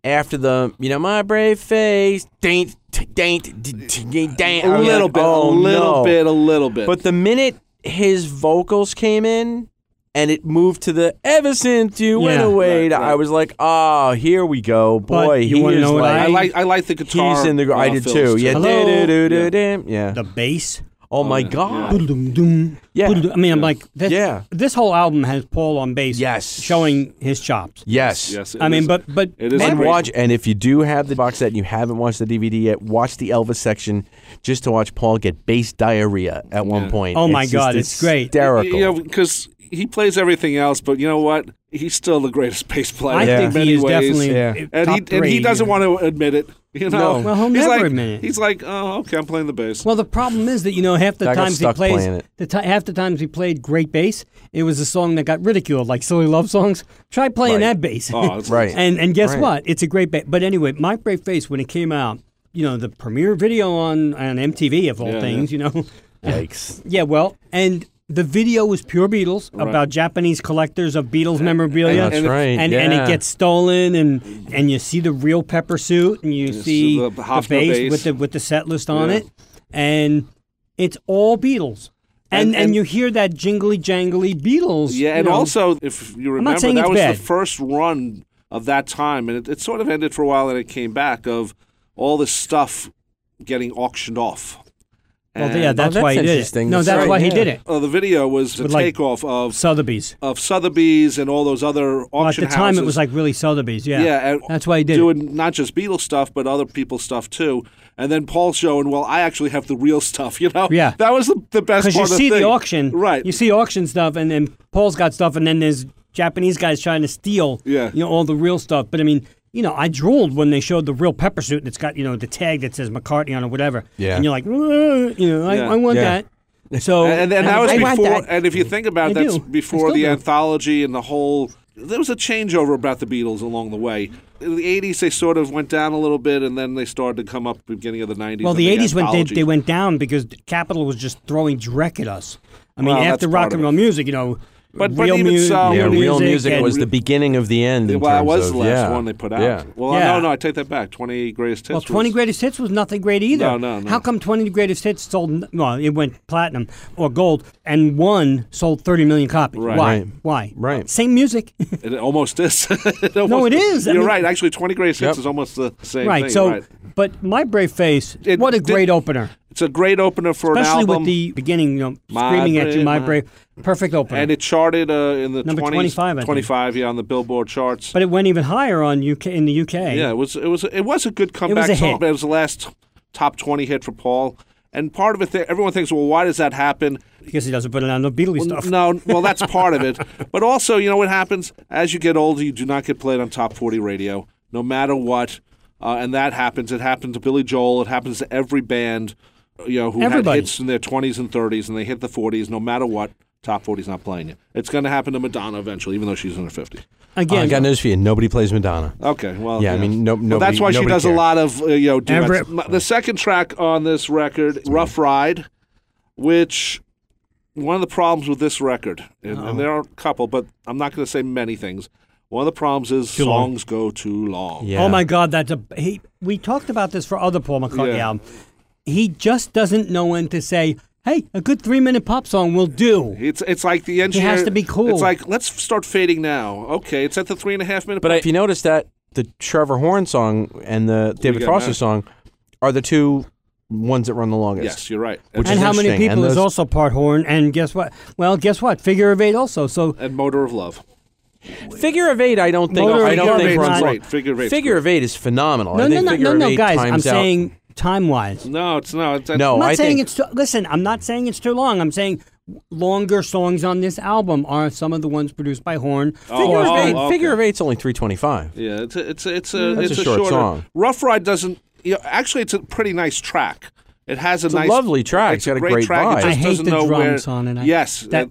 after the, you know, my brave face, daint, daint, d- d- daint. I
a
was
little
like,
bit,
oh,
a little
no.
bit, a little bit.
But the minute his vocals came in and it moved to the ever since you went
Yeah.
away,
Right, right.
I was like, oh, here we go.
But
Boy,
you
he
wanna
is
know what
like,
I like, I like the guitar.
he's in the, gr- I
uh,
did
fills,
too. Yeah.
Hello?
do-do-do-do-dim. Yeah.
the bass.
Oh my
Boom,
God.
doom,
Yeah.
boom, doom. I mean, I'm like, this,
Yeah.
This whole album has Paul on bass,
Yes.
showing his chops.
Yes.
Yes, it
I mean,
is-
but but
it is
And
great.
watch, and if you do have the box set and you haven't watched the DVD yet, watch the Elvis section just to watch Paul get bass diarrhea at one point.
Oh my
just
God, it's great.
hysterical.
You know, because he plays everything else, but you know what? He's still the greatest bass player.
I
in
think
many
he is
ways.
definitely
Yeah.
uh,
And
top
he and he
three.
doesn't want to admit it. You know,
No. Well,
he'll
he's
never
like,
admit it.
He's like, oh, okay, I'm playing the bass.
Well, the problem is that you know half the
I got
times he
stuck
plays
playing it.
the ti half the times he played great bass, it was a song that got ridiculed, like silly love songs. Try playing
Right.
that bass.
Oh, it's-
[LAUGHS] Right.
and and guess
Right.
what? It's a great bass. But anyway, My Brave Face when it came out, you know, the premiere video on on MTV of all
Yeah,
things, you know. [LAUGHS]
Yikes.
yeah, well, and the video was pure Beatles about Japanese collectors of Beatles memorabilia.
That's
and-
right.
and, and it
yeah.
gets stolen, and and you see the real pepper suit, and you see
the
the,
Hofner
bass
bass.
with the with the set list on
Yeah.
it, and it's all Beatles. And, and,
And- and-
you hear that jingly jangly Beatles.
Yeah,
you
and
know.
also, if you
not
remember,
saying
that
it's
was
bad.
the first run of that time, and it, it sort of ended for a while, and it came back of all this stuff getting auctioned off.
Well, yeah,
And,
that's,
Oh, that's
why he did it.
interesting.
No, that's,
That's right,
why he
yeah.
did it.
uh, the video was the
With, like,
takeoff of
Sotheby's.
of Sotheby's and all those other auction
Well, at the time, it
houses.
was like really Sotheby's. Yeah,
Yeah, and
that's why he did it.
doing not just Beatles stuff, but other people's stuff too. And then Paul showing, well, I actually have the real stuff. [LAUGHS] You know,
Yeah.
that was the, the best
Because
part.
you
of
see the
thing.
auction,
right?
You see auction stuff, and then Paul's got stuff, and then there's Japanese guys trying to steal,
Yeah.
you know, all the real stuff. But I mean, you know, I drooled when they showed the real pepper suit that's got you know the tag that says McCartney on it, whatever.
Yeah.
and you're like, "Ugh," you know, I,
Yeah.
I want
Yeah.
that. So
[LAUGHS] and, and that
I-
was
I want
before.
that.
And if you think about it,
I
that's
do. I
before
still
the
do.
anthology and the whole. There was a changeover about the Beatles along the way. In the '80s, they sort of went down a little bit, and then they started to come up beginning of the '90s.
Well,
and
the '80s went they,
anthology.
they went down because Capitol was just throwing dreck at us. I mean,
Well, that's
after rock
part of
and
it.
roll music, you know,
But- but
real
even
mu-
so,
yeah,
Real
real music
and-
was the beginning of the end. In
Well, that
terms
was
of-
the last
yeah.
one they put out.
Yeah.
Well,
Yeah.
no, no, I take that back. Twenty greatest hits.
Well, 20
was-
Greatest Hits was nothing great either.
No, no, no.
How come 20 Greatest Hits sold, n- well, it went platinum or gold, and one sold 30 million copies?
Right.
Why?
Right.
Why?
Right.
Same
[LAUGHS]
music.
It almost is. [LAUGHS] It almost-
it is. I
You're
mean-
right. Actually, 20 greatest hits
Yep.
is almost the same
right.
thing.
so,
right.
but My Brave Face,
It
what a
did-
great opener.
It's a great opener for
Especially
an album.
with the beginning, you know,
My
screaming at you,
Brave-
My
My-
Brave. Perfect opener.
and it charted uh, in the
Number
20s,
25, I think.
25, yeah, on the Billboard charts.
but it went even higher on UK in the UK.
yeah, it was it was it was a good comeback
a hit.
song. But it was the last top 20 hit for Paul. And part of it, th- everyone thinks, well, why does that happen?
Because he doesn't put it on the Beatles
Well,
stuff.
No, well, that's part of it. But also, you know what happens? As you get older, you do not get played on top 40 radio, no matter what. Uh, and that happens. It happened to Billy Joel. It happens to every band, uh, you know, who
Everybody.
had hits in their 20s and 30s, and they hit the 40s, no matter what. Top 40's not playing you. It's going to happen to Madonna eventually, even though she's in her 50s.
Again,
Oh, I got news for you. Nobody plays Madonna.
Okay, well,
Yeah, I mean, no-
well, that's
nobody-
why she
nobody
does a
cared.
lot of uh, you know duets.
Everett-
M- The second track on this record, "Rough Ride," which one of the problems with this record, and,
Oh.
and there are a couple, but I'm not going to say many things. One of the problems is
long.
songs go too long.
Yeah.
Oh my God, that's a he. We talked about this for other Paul McCartney
Yeah.
album. He just doesn't know when to say, "Hey, a good three-minute pop song will do."
It's it's like the engineer
has to be cool.
It's like let's start fading now. Okay, it's at the three and a half minute.
But if you notice that the Trevor Horn song and the David
got
Foster
that.
song are the two ones that run the longest.
yes, you're right.
Which
And
is
how many
interesting,
people
and
is
those-
also part horn? And guess what? Well, guess what? Figure of eight also. So
and "Motor of Love."
Figure of eight, I don't think.
Motor
I don't
Figure of
think
Eight's
runs
great.
long.
Figure of Eight's
Figure of eight is phenomenal.
no,
I
no,
think
no,
figure
no,
of
no,
eight
guys. I'm
times out-
saying time-wise.
No, it's no. It's,
No,
I'm not
I
saying
think
it's. Listen, I'm not saying it's too long. I'm saying longer songs on this album are some of the ones produced by Horn.
figure,
Oh,
of eight,
okay.
figure of eight's only three twenty-five.
Yeah, it's a, it's a, it's a
That's
it's
a short
shorter-
song.
Rough Ride doesn't. You know, actually, it's a pretty nice track. It has a
a
nice,
lovely track.
It's
It's got
a
a
great,
great
track.
vibe.
It
I
just
hate
doesn't
the
know
drums
where,
on it. I-
yes,
that-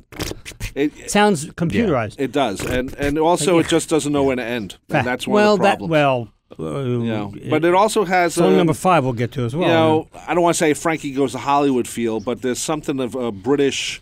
it, it,
Sounds computerized.
it does, and and also it just doesn't know when to end. And that's one
well,
of the problems.
that well. uh,
you know. but it also has
Song
a,
number five we'll get to as well.
you know, I don't want to say Frankie goes to Hollywood feel, but there's something of a British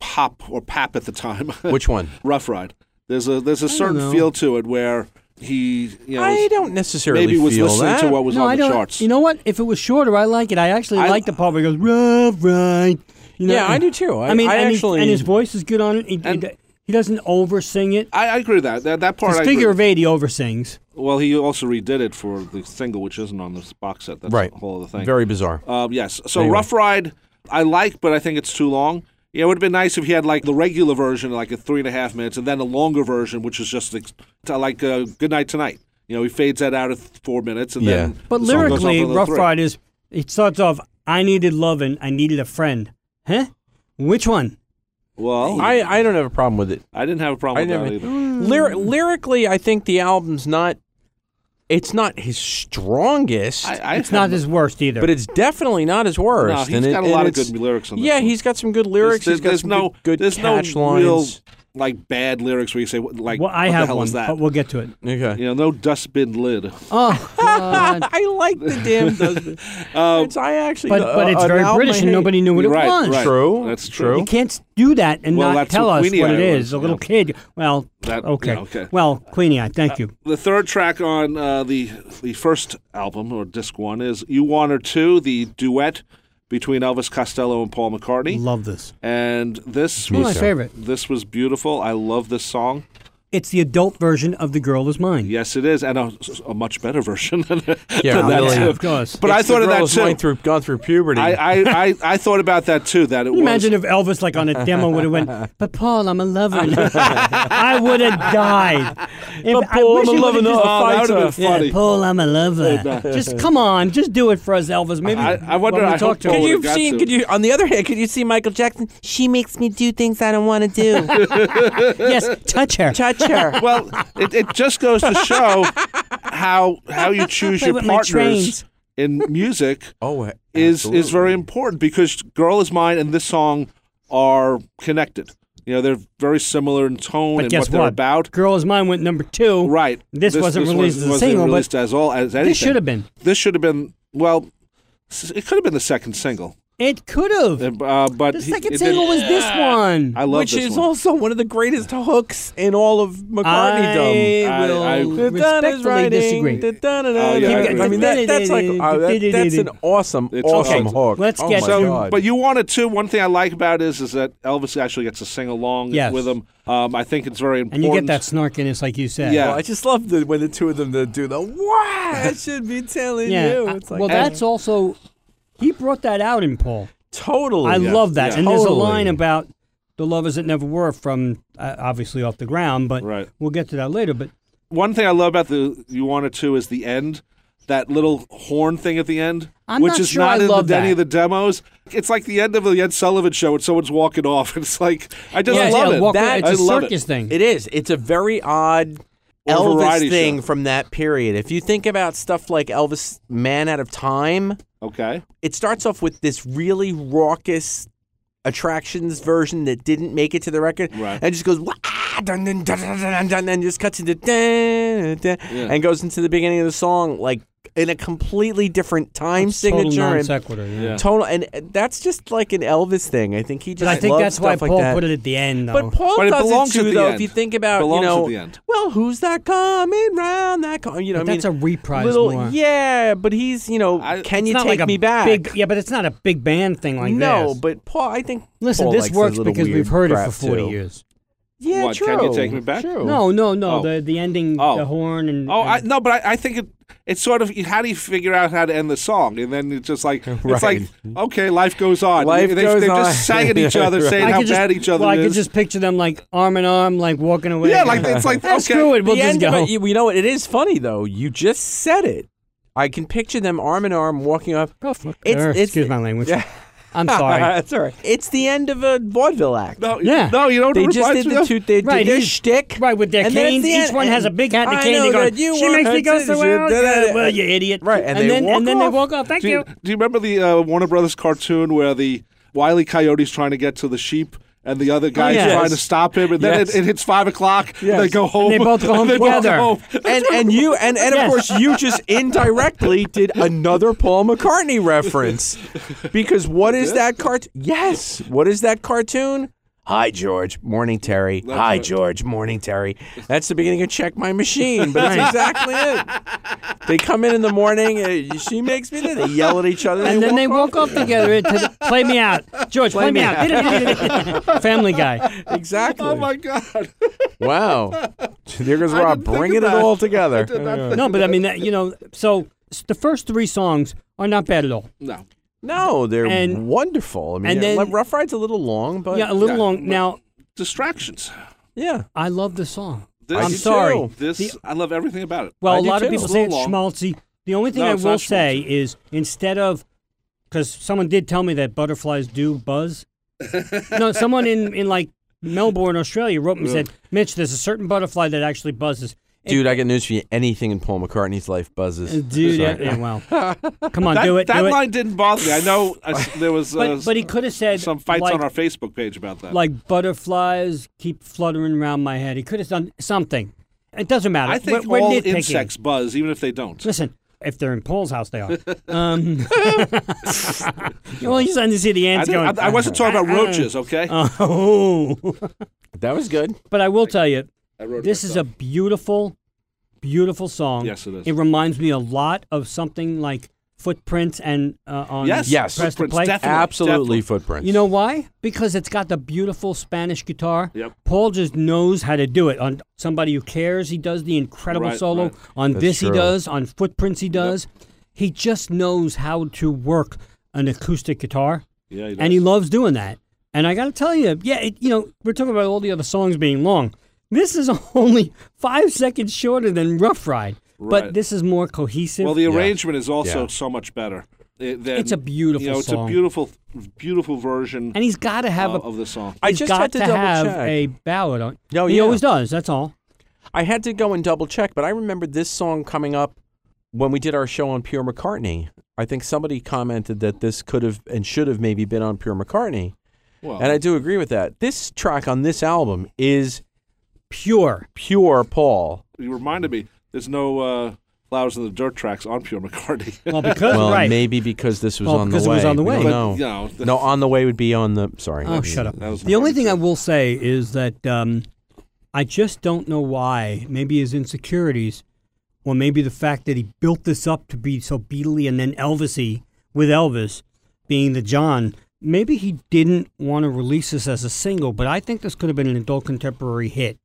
pop or pap at the time. [LAUGHS]
Which one?
Rough Ride. There's a there's a certain
know.
feel to it where he you know
I don't necessarily
maybe was
feel
listening
that.
to what was
no,
on
I
the
don't.
charts.
You know what? If it was shorter, I like it. I actually
I-
like the part where he goes rough ride. You know,
Yeah, I do too. I-
mean,
I
and, he-
actually-
and his voice is good on it. He,
And-
he doesn't over sing it.
I, I agree with that. That, that part
His
I
figure
agree.
of eight, he over sings.
Well, he also redid it for the single, which isn't on this box set. That's
Right.
a whole other thing.
Very bizarre.
Um, yes. So
Anyway.
Rough Ride, I like, but I think it's too long. Yeah, it would have been nice if he had like the regular version, like a three and a half minutes, and then a longer version, which is just like, to- like uh, Good Night Tonight. You know, he fades that out at four minutes, and
Yeah.
then
But
the song goes on for
lyrically,
another
Rough
three.
Ride is. It starts off, "I needed love and I needed a friend." Huh? Which one?
Well, I,
I, I don't have a problem with it.
I didn't have a problem
I
with that either.
never. Lyri-
Hmm.
lyrically, I think the album's not. It's not his strongest,
I, I
It's not his worst either.
but it's definitely not his worst.
No, he's
and it-
got a
and
lot of
it's-
good lyrics on this
Yeah,
one.
he's got some good lyrics.
There's,
he's got
there's
some
no
good, good
there's
catch
no
lines.
real like bad lyrics where you say what- like
well, I
what
have
the hell
one,
is that?
but we'll get to it.
okay.
You know, no dustbin lid.
[LAUGHS] Oh, God.
[LAUGHS] I like the
[LAUGHS]
damn dustbin.
Um,
it's, I actually,
but
uh,
but it's
an
very
album I
British, and
hate.
nobody knew what it
Right,
was.
right.
True,
That's
true.
true.
You can't do that and
Well,
not
that's
tell
what
us
Queenie
what it
Eye
is.
was,
A little
yeah.
kid. Well,
That-
okay.
yeah, okay. Uh,
Well, Queenie, Eye, thank you.
The third track on uh, the the first album or disc one is "You Want Her Too," the duet between Elvis Costello and Paul McCartney.
Love this.
and this
One of
was
my
sir.
favorite.
this was beautiful. I love this song.
It's the adult version of The Girl Is Mine.
Yes, it is, and a, a much better version. [LAUGHS] Than,
Yeah,
than that,
really.
too.
of course.
But I
It's the
thought of
girl
that
who's
too.
going through, gone through puberty.
I, I, I, I thought about that too. That it
Can
was
you imagine if Elvis, like on a demo, would have
[LAUGHS]
went, "But Paul, I'm a lover." now." I would have died. If-
But
I
Paul,
wish
I'm a
he
lover
would've
now.
just-
Oh, that would've been
Yeah,
funny.
Paul, I'm a lover. just come on, just do it for us, Elvis. Maybe
I- I wonder-
when we
I
talk
hope
to
Paul
him.
could
would've
you have
got
seen?
to.
Could you? On the other hand, could you see Michael Jackson? She makes me do things I don't want to
[LAUGHS]
do.
yes, touch her.
Touch her.
well, it, it just goes to show how how you choose
Play
your
with my
partners
trains.
in music
oh,
is is very important because "Girl Is Mine" and this song are connected. You know, they're very similar in tone
But
and
guess
what they're
what?
about.
Girl is mine went number two.
Right.
This wasn't released as a
wasn't
single, but
released as all as anything.
This should have been.
This should have been. Well, s- it could have been the second single,
It could have.
uh, but
The
he-
second
it
single was
didn't-
this one.
I love
which
this
is
one.
also one of the greatest hooks in all of McCartney.
I will
I- I-
respectfully disagree.
Oh, yeah, I agree.
I mean that, that's like oh, that- that's an awesome,
It's
awesome
awesome.
hook.
Let's
oh
get
my
to-
God.
But you wanted to. One thing I like about it is is that Elvis actually gets to sing along
Yes.
with him. Um, I think it's very
and
important.
you get that snarkiness, like you said.
Yeah.
Well, I just love the when the two of them they do the "Why I should be telling
Yeah.
you."
I-
It's like
well, that's also he brought that out in Paul.
totally.
I love that.
yeah.
And there's a line
Totally.
about the lovers that never were from uh, obviously off the ground, but
Right.
we'll get to that later. But
One thing I love about the you wanted to is the end. That little horn thing at the end,
I'm
which
not
is
sure
not
I
in
love
the, any
that.
of the demos. It's like the end of the Ed Sullivan show when someone's walking off. [LAUGHS] It's like I just
Yeah,
love
yeah,
it.
walk-
That-
it's a
I love it.
circus thing.
It is. It's a very odd
Or variety
Elvis
show.
thing from that period. If you think about stuff like Elvis Man Out of Time,
okay,
it starts off with this really raucous attractions version that didn't make it to the record
Right.
and just goes "Wah, dun, dun, dun, dun, dun, dun," and just cuts into dun, dun, and goes into the beginning of the song like in a completely different time signature
Total non
and
sequitur. Yeah.
total and that's just like an Elvis thing. I think he
But
just
I think
loves
that's why
stuff like
Paul
that.
put it at the end, though.
But Paul
But it
does
belongs
it
at
too,
the
though.
end.
If you think about,
Belongs
you
at
know,
the end.
well, who's that coming round? That com-? you know,
But
I mean,
that's a reprise
little,
more.
yeah. But he's, you know,
I-
can
It's
you
not
take
like a
me back?
Big, yeah, but it's not a big band thing like
no,
this.
but Paul, I think
listen,
Paul
this
likes that
works
little
because
weird
we've heard it
crap,
for 40
too.
years.
Yeah,
What,
true.
Can You Take Me Back?
True.
No, no, no.
Oh.
The the ending,
Oh.
the horn, and
Oh, I,
and-
no, but I, I think it. It's sort of how do you figure out how to end the song, and then it's just
[LAUGHS]
like
Right.
it's like okay, life goes on.
Life
they,
goes
they
on.
just sang at
[LAUGHS]
each other,
Yeah,
saying
I
how
could just-
bad each other
well, I
is.
could just picture them like arm in arm, like walking away.
yeah, like it's like
Ah,
okay,
screw it, we'll
the
just
end
go.
of it, you, you know, what? it is funny though. You just said it. I can picture them arm in arm walking up.
Go Oh, fuck
It's-
her.
it's-
Excuse my language.
Yeah.
I'm sorry.
[LAUGHS] that's all right. It's the end of a vaudeville act.
No,
Yeah.
no, you know what
They
it
just
reminds
did
me
the
of?
two. They
Right,
[LAUGHS] did their
he's-
shtick.
right, with their
and then at
canes.
the
Each
end-
one has a big hat and a
I
cane.
know
They go,
that you
she
want
makes
her
me go
to-
somewhere else.
da- da- da-
Well, you idiot.
Right, and they
then
walk
and then they
off.
walk off. Thank
Do
you.
you, do you remember the uh, Warner Brothers cartoon where the Wiley Coyote's trying to get to the sheep? And the other guy's
Oh, yes.
trying to stop him, and then
Yes.
it, it hits five o'clock. [LAUGHS]
Yes.
And they go home.
they both go home
they both
together.
home.
[LAUGHS]
Oh,
and and you and and of
Yes.
course
[LAUGHS]
you just indirectly did another Paul McCartney reference because what is that cart? Yes, what is that cartoon? Hi George, morning Terry. Hi George, morning Terry. That's the beginning of Check My Machine, but that's exactly it. They come in in the morning. uh, She makes me. They yell at each other.
And then they
walk
walk off together to the, play me out, George. Play, me out. [LAUGHS] Family Guy.
off. exactly.
Oh my god!
Wow. There goes
I
Rob
didn't think
bringing it
of that. [LAUGHS]
all
I
together.
did not think-
No, but I mean that you know. So s- the first three songs are not bad at all.
no,
No, they're
And-
wonderful. I mean,
and
yeah,
then-
Rough Ride's a little long, but
Yeah, a little
Oh, yeah,
long. Now
distractions.
yeah.
I love the song.
This,
I'm
do
sorry.
too.
This
The-
I love everything about it.
Well,
I
a
do
lot of
too.
people
It's a
say it's
little long.
schmaltzy. The only thing
No,
I
it's
will
not
say
schmaltzy.
is instead of, because someone did tell me that butterflies do buzz.
[LAUGHS]
no, someone in, in like Melbourne, Australia wrote me and said, Mitch, there's a certain butterfly that actually buzzes.
Dude, I got news for you. Anything in Paul McCartney's life buzzes.
And Uh, [LAUGHS] Dude, yeah,
Sorry.
yeah, well,
[LAUGHS]
come on,
that
do it.
that
do it.
line didn't bother me. I
[LAUGHS]
know I s there was uh,
but, but he could have said
some fights
like,
on our Facebook page about that.
like butterflies keep fluttering around my head. He could have done something. It doesn't matter.
I think
we're, we're
all
nitpicking.
insects buzz, even if they don't.
Listen, if they're in Paul's house, they are. Um, [LAUGHS] well, you starting to see the
I,
ants
didn't-
going. Uh-uh. Uh,
I- I wasn't talking about roaches, okay?
Oh,
That was good.
but I will tell you,
I wrote it
this is a
myself.
beautiful, beautiful song.
Yes, it is.
It reminds me a lot of something like footprints and uh, on
Yes.
Yes.
press to
Footprints,
play?
definitely.
Absolutely
definitely.
footprints.
You know why? Because it's got the beautiful Spanish guitar.
Yep.
Paul just knows how to do it. On somebody who cares, he does the incredible
Right,
solo.
right.
On
That's
this,
true.
he does. On footprints, he does. He just knows how to work an acoustic guitar,
Yeah,
and he
does.
loves doing that. And I got to tell you, yeah, it, you know, we're talking about all the other songs being long. This is [LAUGHS] only five seconds shorter than Rough Ride,
Right.
but this is more cohesive.
Well, the arrangement is also
Yeah.
so much better. It- than-
It's a beautiful
you know, it's
song.
a beautiful, beautiful version
and he's got to have
uh,
a.
of the song.
I
he's
just
got
had to double
have
check.
a ballad on.
Oh,
he
yeah.
always does. That's all.
I had to go and double check, but I remember this song coming up when we did our show on Pure McCartney. I think somebody commented that this could have and should have maybe been on Pure McCartney,
Well,
and I do agree with that. This track on this album is
pure.
pure Paul.
you reminded me. There's no uh, flowers in the dirt tracks on Pure McCartney. [LAUGHS]
Well, because
Well,
right.
maybe because this was
Well,
on
because it
the way.
was on the way.
We
But,
don't
you
know.
know, the-
No, on the way would be on the. Sorry.
Oh, shut up.
That was
The only thing
hard
I
to-
will say is that um, I just don't know why. Maybe his insecurities, or maybe the fact that he built this up to be so Beatley and then Elvisy with Elvis being the John. Maybe he didn't want to release this as a single, but I think this could have been an adult contemporary hit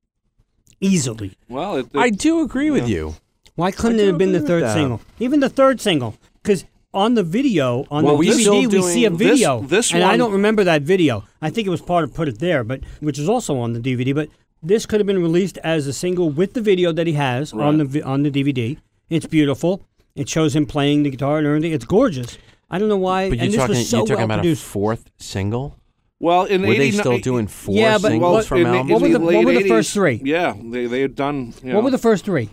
easily.
Well, it, it-
I do agree with you.
Why couldn't
I
it
do
have been the
agree with
third
that.
single? Even the third single, because on the video on
Well,
the
we're still
DVD we see a
doing-
this-
video,
this
and I
one-
don't remember that video. I think it was part of Put It There, but which is also on the DVD. But this could have been released as a single with the video that he has on
Right.
the vi- on the DVD. It's beautiful. It shows him playing the guitar and everything. It's gorgeous. I don't know why.
But you're
and this
talking,
was so
you're talking
well
about
produced.
a fourth single.
well, in
Were they
89
still doing four
Yeah, but
singles
well,
what-
from
in
albums?
What were the-
late
what were the
80s,
first three?
Yeah, they they had done. You know,
what were the first three?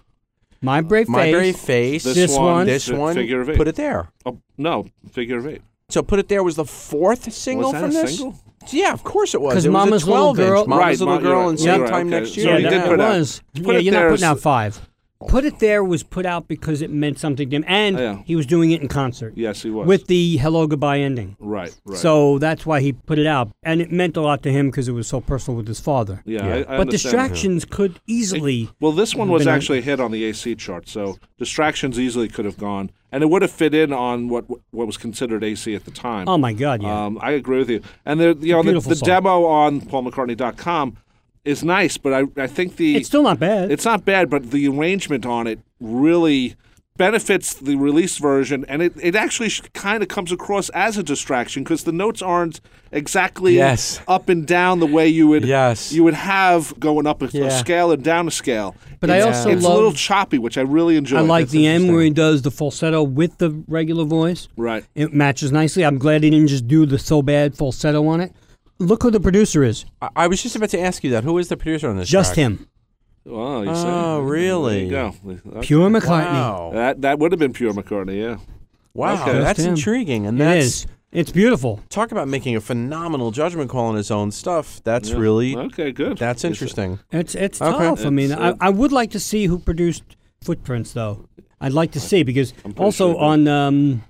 My brave
My
face.
brave face.
This
This one. one.
This
The
one.
Figure of Eight.
Put it there.
oh, no figure of eight?
So put it there was the fourth
was
single
that
from
a
this.
Single?
Yeah, of course it was.
'Cause
It was a
Mama's Little
12 inch.
Girl-
Mama's
Right,
Little
Ma- you're
Girl,
right,
and
you're right,
sometime
okay.
next
So
year.
Yeah,
he
that,
did put
it
out-
was.
he put
yeah,
it
you're not
there
putting
as-
out five. Put it there was put out because it meant something to him, and
Oh, Yeah.
he was doing it in concert
Yes, he was.
with the "Hello Goodbye" ending.
right, right.
So that's why he put it out, and it meant a lot to him because it was so personal with his father.
yeah,
Yeah.
I, I
but
understand.
distractions could easily.
Well, this one was
Been a-
actually a hit on the AC chart, so distractions easily could have gone, and it would have fit in on what what was considered AC at the time.
Oh my God! Yeah,
Um, I agree with you. And the, you know, the,
beautiful
the
song.
demo on paulmccartney.com is nice, but I, I think the
it's still not bad.
it's not bad, but the arrangement on it really benefits the release version, and it, it actually sh- kind of comes across as a distraction because the notes aren't exactly
Yes.
up and down the way you would
Yes.
you would have going up a, a
Yeah.
scale and down a scale.
But I
it's,
also
it's a little
love-
choppy, which I really enjoy.
I like
that's
the end where he
interesting.
does the falsetto with the regular voice.
right.
It matches nicely. I'm glad he didn't just do the so bad falsetto on it. Look who the producer is.
I, I was just about to ask you that. Who is the producer on this?
Just
track?
him.
Oh, you see?
Oh, really?
There you go.
Pure McCartney.
Wow.
That that would have been pure McCartney, yeah.
Wow.
Okay.
That's
Just him.
intriguing. And
It
that's
is. It's beautiful.
talk about making a phenomenal judgment call on his own stuff. That's really
Okay, good.
that's interesting.
It's it's
Okay.
tough. I mean,
It's,
I,
uh,
I would like to see who produced Footprints, though. I'd like to see because
pretty
also
sure it
on um,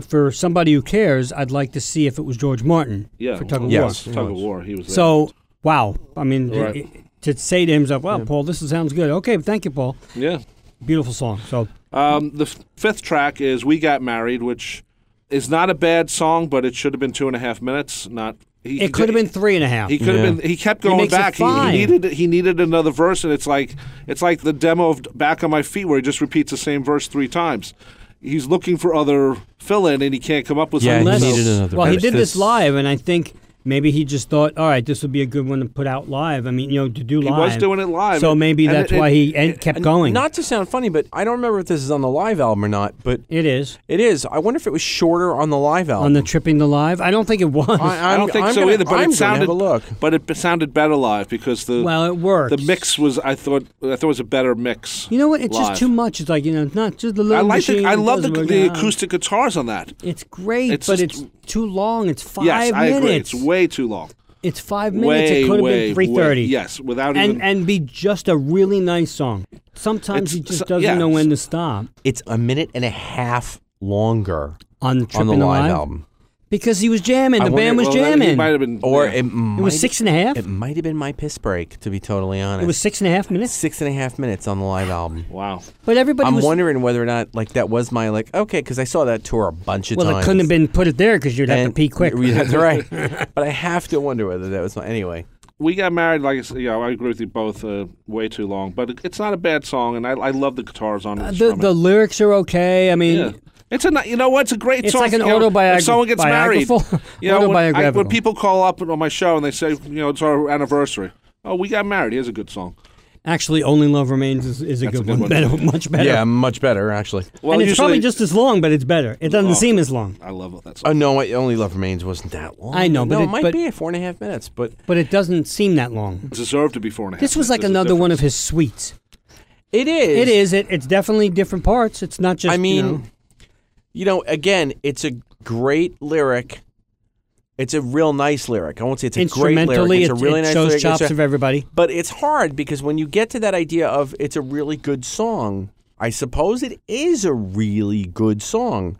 for somebody who cares, I'd like to see if it was George Martin
Yeah.
for Tug of
Yes.
War.
Tug of War. He was there.
So wow, I mean,
Right.
it- to say to himself, "Well, Paul, this sounds good." Okay, thank you, Paul.
yeah.
Beautiful song. So
Um, the f- fifth track is "We Got Married," which is not a bad song, but it should have been two and a half minutes. Not he,
it could have been three and a half.
He could
Yeah.
have been. He kept going
makes it
back. He-
fine.
He, needed. He needed another verse, and it's like it's like the demo of "Back on My Feet," where he just repeats the same verse three times. He's looking for other fill-in, and he can't come up with.
Yeah, he
something
Unless-
else.
needed another
Well, he
verse.
did this
This-
live, and I think maybe he just thought, "All right, this would be a good one to put out live." I mean, you know, to do
He
live.
was doing it live,
So
and-
maybe
and
that's
it-
why
it-
he en- kept going.
Not to sound funny, but I don't remember if this is on the live album or not. But
it is.
it is. I wonder if it was shorter on the live album.
on the tripping the live. I don't think it was.
I,
I don't think
am
so
gonna,
either. But
I'm
it sounded.
Gonna have a look.
But it b- sounded better live because the
well, it works.
the mix was. I thought. I thought it was a better mix.
You know what? It's
live.
just too much. It's like you know, it's not just the little.
I like
machine
the, I
that
love the,
does work
the
out.
acoustic guitars on that.
It's great,
It's
but
just-
it's too long. It's five
yes, I
minutes.
agree. It's way too long.
It's five minutes.
Way,
it could have
way,
been three
way-
thirty.
Yes, without
and
even.
and be just a really nice song. Sometimes
It's-
he just
so-
doesn't
yeah.
know when to stop
It's a minute and a half longer
on tripping
on the live
live
album.
because he was jamming.
I
The
wonder-
band was
well, that- he
jamming.
might have been.
Or
yeah.
it, might,
it was six and a half.
It might have been my piss break, to be totally honest.
It was six and a half minutes.
six and a half minutes on the live album.
wow.
But everybody
I'm
was.
wondering whether or not like that was my like okay because I saw that tour a bunch of
well, it
times.
couldn't have been put it there because you'd have to
And-
pee
[LAUGHS]
quick. [LAUGHS]
That's right. but I have to wonder whether that was my anyway.
We got married, like I said, you know, I agree with you both, uh, way too long. But it- it's not a bad song, and I, I love the guitars on it.
Uh, the, the lyrics are okay. I mean,
Yeah. It's a ni- you know what it's a great
It's
song.
like an
you know,
autobiograph-
If someone gets married,
biographical-
you know, when, I, when
autobiographical.
people call up on my show and they say, you know, it's our anniversary. Oh, we got married. Here's a good song.
actually, Only Love Remains is, is a, good,
a good
one.
one.
Better, much better.
Yeah, much better actually.
Well,
and it's
usually,
probably just as long, but it's better. It doesn't
Oh.
seem as long,
I love that song.
Oh no, I, only love remains wasn't that long.
I know, but
no,
it-
might
but-
be four and a half minutes. But
but it doesn't seem that long.
It deserved to be four and a half.
This was like
minutes. There's a
another one of his
difference.
sweets.
it is.
It is. It, it's definitely different parts. It's not just.
I
you
mean,
know,
you know, again, it's a great lyric. It's a real nice lyric. I won't say it's a great lyric.
instrumentally,
It's
it,
a really
it
nice
shows
lyric.
chops
it's a,
of everybody.
But it's hard because when you get to that idea of it's a really good song, I suppose it is a really good song.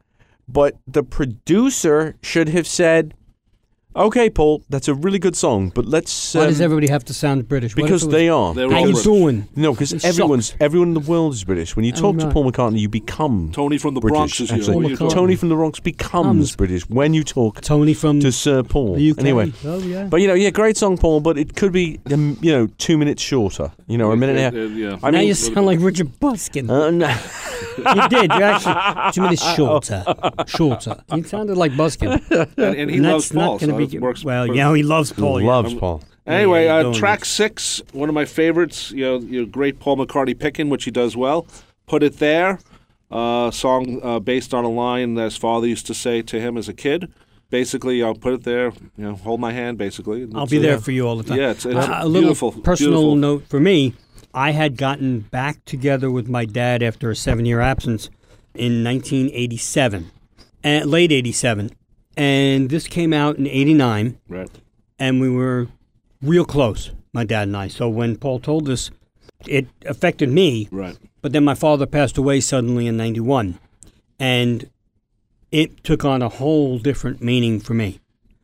But the producer should have said, "Okay, Paul, that's a really good song, but let's."
Why does
um,
everybody have to sound British? What if
because
it was,
they are.
They're
How
all
you
British.
doing?
No, because
It
everyone's everyone in the world is British. When you talk to
not-
Paul McCartney, you become
Tony from the
British,
Bronx is here.
actually.
Paul What are you McCartney.
Tony from the Bronx becomes
Comes.
British when you talk
Tony from
to Sir Paul.
the UK.
Anyway,
oh yeah.
but you know, yeah, great song, Paul, but it could be um, you know two minutes shorter. You know, or a minute and a half.
Uh, yeah.
I
now
mean,
you sound like Richard
[LAUGHS]
Buskin.
uh, no.
you did. You actually two minutes shorter, shorter. You sounded like Buskin.
and, and Oh. [LAUGHS] he
And
loves
that's
Paul.
not going
so
to
it
be
works
well.
perfect.
Yeah, he loves Paul. yeah.
loves Paul.
Anyway,
Yeah,
uh,
going
track six, one of my favorites. You know, your great Paul McCartney picking, which he does well. Put it there. Uh, song uh, based on a line that his father used to say to him as a kid. Basically, I'll put it there. You know, hold my hand. Basically, And
I'll
it's
be
a-
there for you all the time. Uh,
Yeah, it's- it's
a little
beautiful,
personal
beautiful.
note for me. I had gotten back together with my dad after a seven-year absence in 1987, eh, late '87, and this came out in '89,
Right.
and we were real close, my dad and I. So when Paul told us, it affected me.
Right.
But then my father passed away suddenly in 91. And it took on a whole different meaning for me.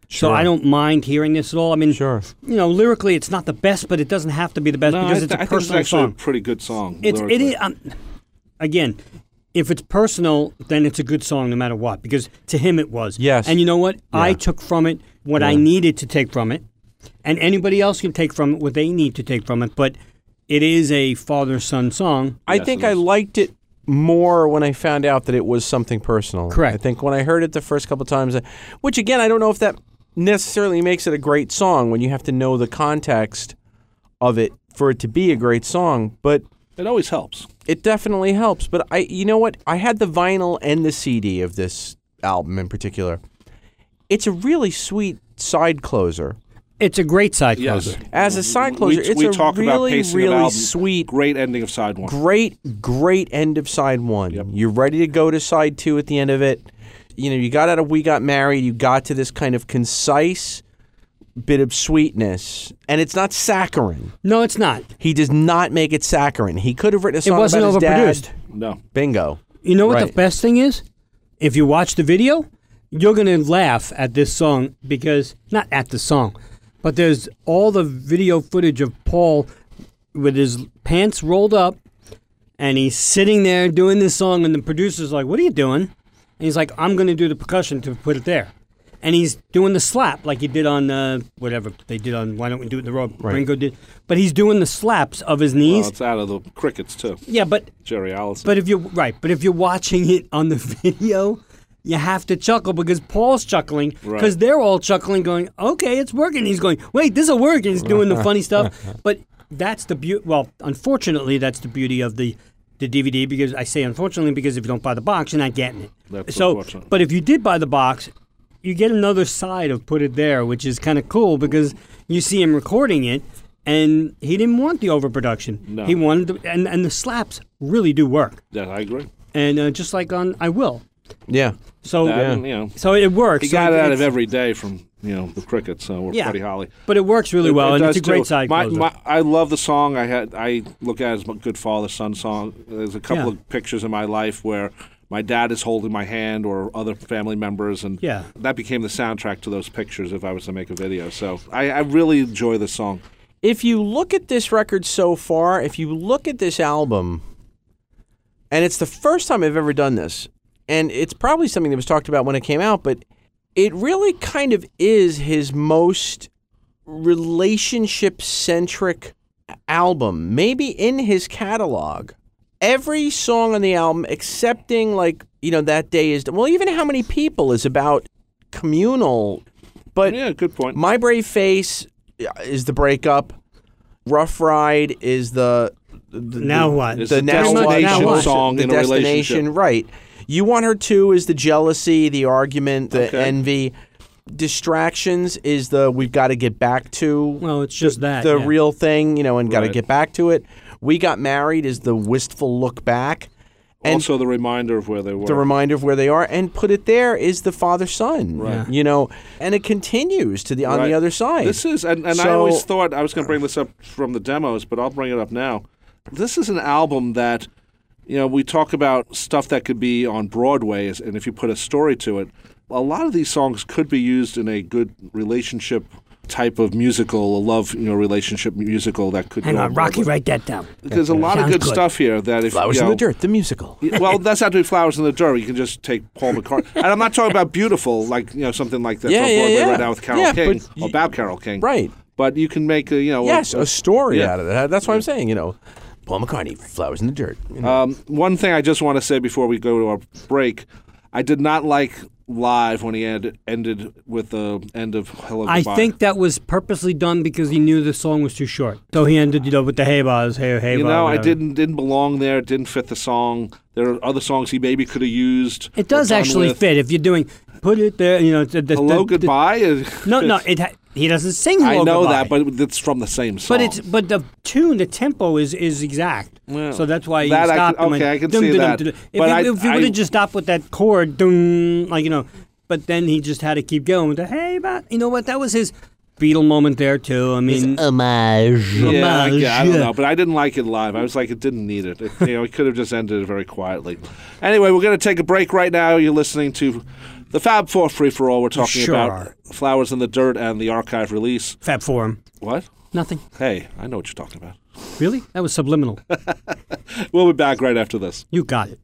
So
Sure.
I don't mind hearing this at all. I mean,
Sure.
you know, lyrically, it's not the best, but it doesn't have to be the best
No, I,
because it's
th- I
a
think it's
personal
actually a
song.
pretty good song.
It's it
lyrically.
is um, again, if it's personal, then it's a good song no matter what because to him it was.
Yes.
And you know what? I
Yeah.
took from it what I needed to take from it, and anybody else can take from it what they need to take from it. But it is a father son song.
I think I liked it more when I found out that it was something personal.
Correct.
I think when I heard it the first couple times, I- which again, I don't know if that necessarily makes it a great song when you have to know the context of it for it to be a great song, but
It always helps.
it definitely helps. But I, you know what? I had the vinyl and the CD of this album in particular. It's a really sweet side closer.
It's a great side
Yes.
closer.
As a side closer,
Mm-hmm. we,
it's
we
a
talk about
really,
pacing of
really
albums.
sweet
Great ending of side one.
great, great end of side one. You're ready to go to side two at the end of it. You know, you got out of We Got Married, you got to this kind of concise bit of sweetness, and it's not saccharine.
No, it's not.
He does not make it saccharine. He could have written a song
wasn't
about
overproduced.
his dad.
No.
Bingo.
You know what the
Right.
best thing is? If you watch the video, you're going to laugh at this song because, not at the song, but there's all the video footage of Paul with his pants rolled up and he's sitting there doing this song, and the producer's like, What are you doing? And he's like, I'm going to do the percussion to put it there. And he's doing the slap like he did on uh, whatever they did on Why Don't We Do It in the Road? Ringo did. But he's doing the slaps of his
Well,
knees.
it's out of the crickets too.
yeah, but
Jerry Allison.
but if you're right, but if you're watching it on the [LAUGHS] video, you have to chuckle because Paul's chuckling because
Right.
they're all chuckling, going, "Okay, it's working." He's going, "Wait, this will work." And he's doing the funny stuff. But that's the beauty. Well, unfortunately, that's the beauty of the the DVD because I say unfortunately because if you don't buy the box, you're not getting it.
That's
so,
unfortunate.
but if you did buy the box. You get another side of put it there, which is kind of cool because you see him recording it, and he didn't want the overproduction.
No.
He wanted, the, and and the slaps really do work
yeah, I agree.
and uh, just like on I will.
Yeah.
So
That and, you know,
Oh, so it works.
he
So
got it
it's-
out of every day from you know the crickets. So we're
Yeah.
Buddy Holly.
But it works really
It-
well,
it
and it's
does
a great
too.
side
My-
closer.
my- I love the song. I had I look at it as a good father son song. There's a couple
Yeah.
of pictures in my life where my dad is holding my hand or other family members and
Yeah.
that became the soundtrack to those pictures if I was to make a video. So I, I really enjoy the song.
if you look at this record so far, if you look at this album, and it's the first time I've ever done this, and it's probably something that was talked about when it came out, but it really kind of is his most relationship centric album, maybe in his catalog. Every song on the album, excepting like, you know, That Day is, well, even How Many People is about communal, but
Yeah, good point.
my Brave Face is the breakup. Rough Ride is the, the
Now what?
It's
the
a
now what,
destination
now what?
song
the
in a
destination,
relationship.
right? You want her to is the jealousy, the argument, the
Okay.
envy. Distractions is the we've got to get back to
Well, it's just that.
the
yeah.
real thing, you know, and got to
Right.
get back to it. We got married is the wistful look back. And
also the reminder of where they were.
the reminder of where they are and put it there is the father son
Right.
you know and it continues to the on
Right.
the other side
This is, and, and I
So-
always thought I was going to bring this up from the demos, but I'll bring it up now. This is an album that, you know, we talk about stuff that could be on Broadway, is- and if you put a story to it, a lot of these songs could be used in a good relationship type of musical, a love, you know, relationship musical that could.
Hang
go
on, Rocky,
Broadway.
write that down.
There's a lot of
Sounds
good,
good.
stuff here that if
flowers
you
in the
know,
dirt the musical
Y- well, that's not doing flowers in the dirt. You can just take
[LAUGHS]
Paul McCartney, and I'm not talking about beautiful, like you know something like that's
Yeah,
on
yeah,
Broadway
yeah.
right now with Carol
Yeah,
King
but
or
y-
about Carol King,
Right.
But you can make a you know a-
yes, a story
yeah.
out of that. That's what I'm saying. You know, Paul McCartney, flowers in the dirt. you know.
Um, one thing I just want to say before we go to our break, I did not like live when he end, ended with the end of Hell of a
I
Body.
think that was purposely done because he knew the song was too short. So he ended it up with the hey bars, hey hey
you
bah,
know I
whatever.
didn't didn't belong there. It didn't fit the song. There are other songs he maybe could have used.
It does
or done
actually
with.
fit if you're doing put it there. You know, the, the,
Hello,
the- the-
goodbye.
No, no, it ha- he doesn't sing.
I
Hello,
know
goodbye.
that, but it's from the same song.
But it's but the tune, the tempo is is exact. So that's why you
That I
stopped
can-
him and
okay, I can
dum,
see
dum, dum,
that.
dum, dum. If
But
you,
I-
if you
I-
would have just stopped with that chord, dum, like you know, but then he just had to keep going with the hey, but you know what? That was his Beatle moment there too. I mean,
homage.
Yeah,
homage.
yeah, I don't know, but I didn't like it live. I was like, it didn't need it. it you know, it could have just ended it very quietly. Anyway, we're going to take a break right now. You're listening to the Fab Four Free for All. We're talking
Sure.
about Flowers in the Dirt and the archive release.
fab for him.
What?
Nothing
Hey, I know what you're talking about.
really. That was subliminal.
We'll be back right after this.
you got it.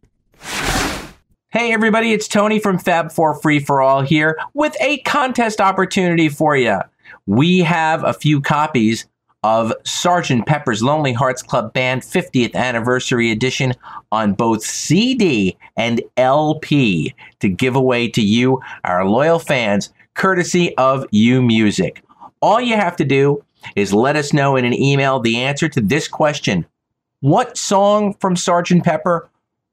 Hey everybody, it's Tony from Fab4 Free for All here with a contest opportunity for you. We have a few copies of Sgt. Pepper's Lonely Hearts Club Band 50th Anniversary Edition on both CD and LP to give away to you, our loyal fans, courtesy of U Music. All you have to do is let us know in an email the answer to this question. What song from Sgt. Pepper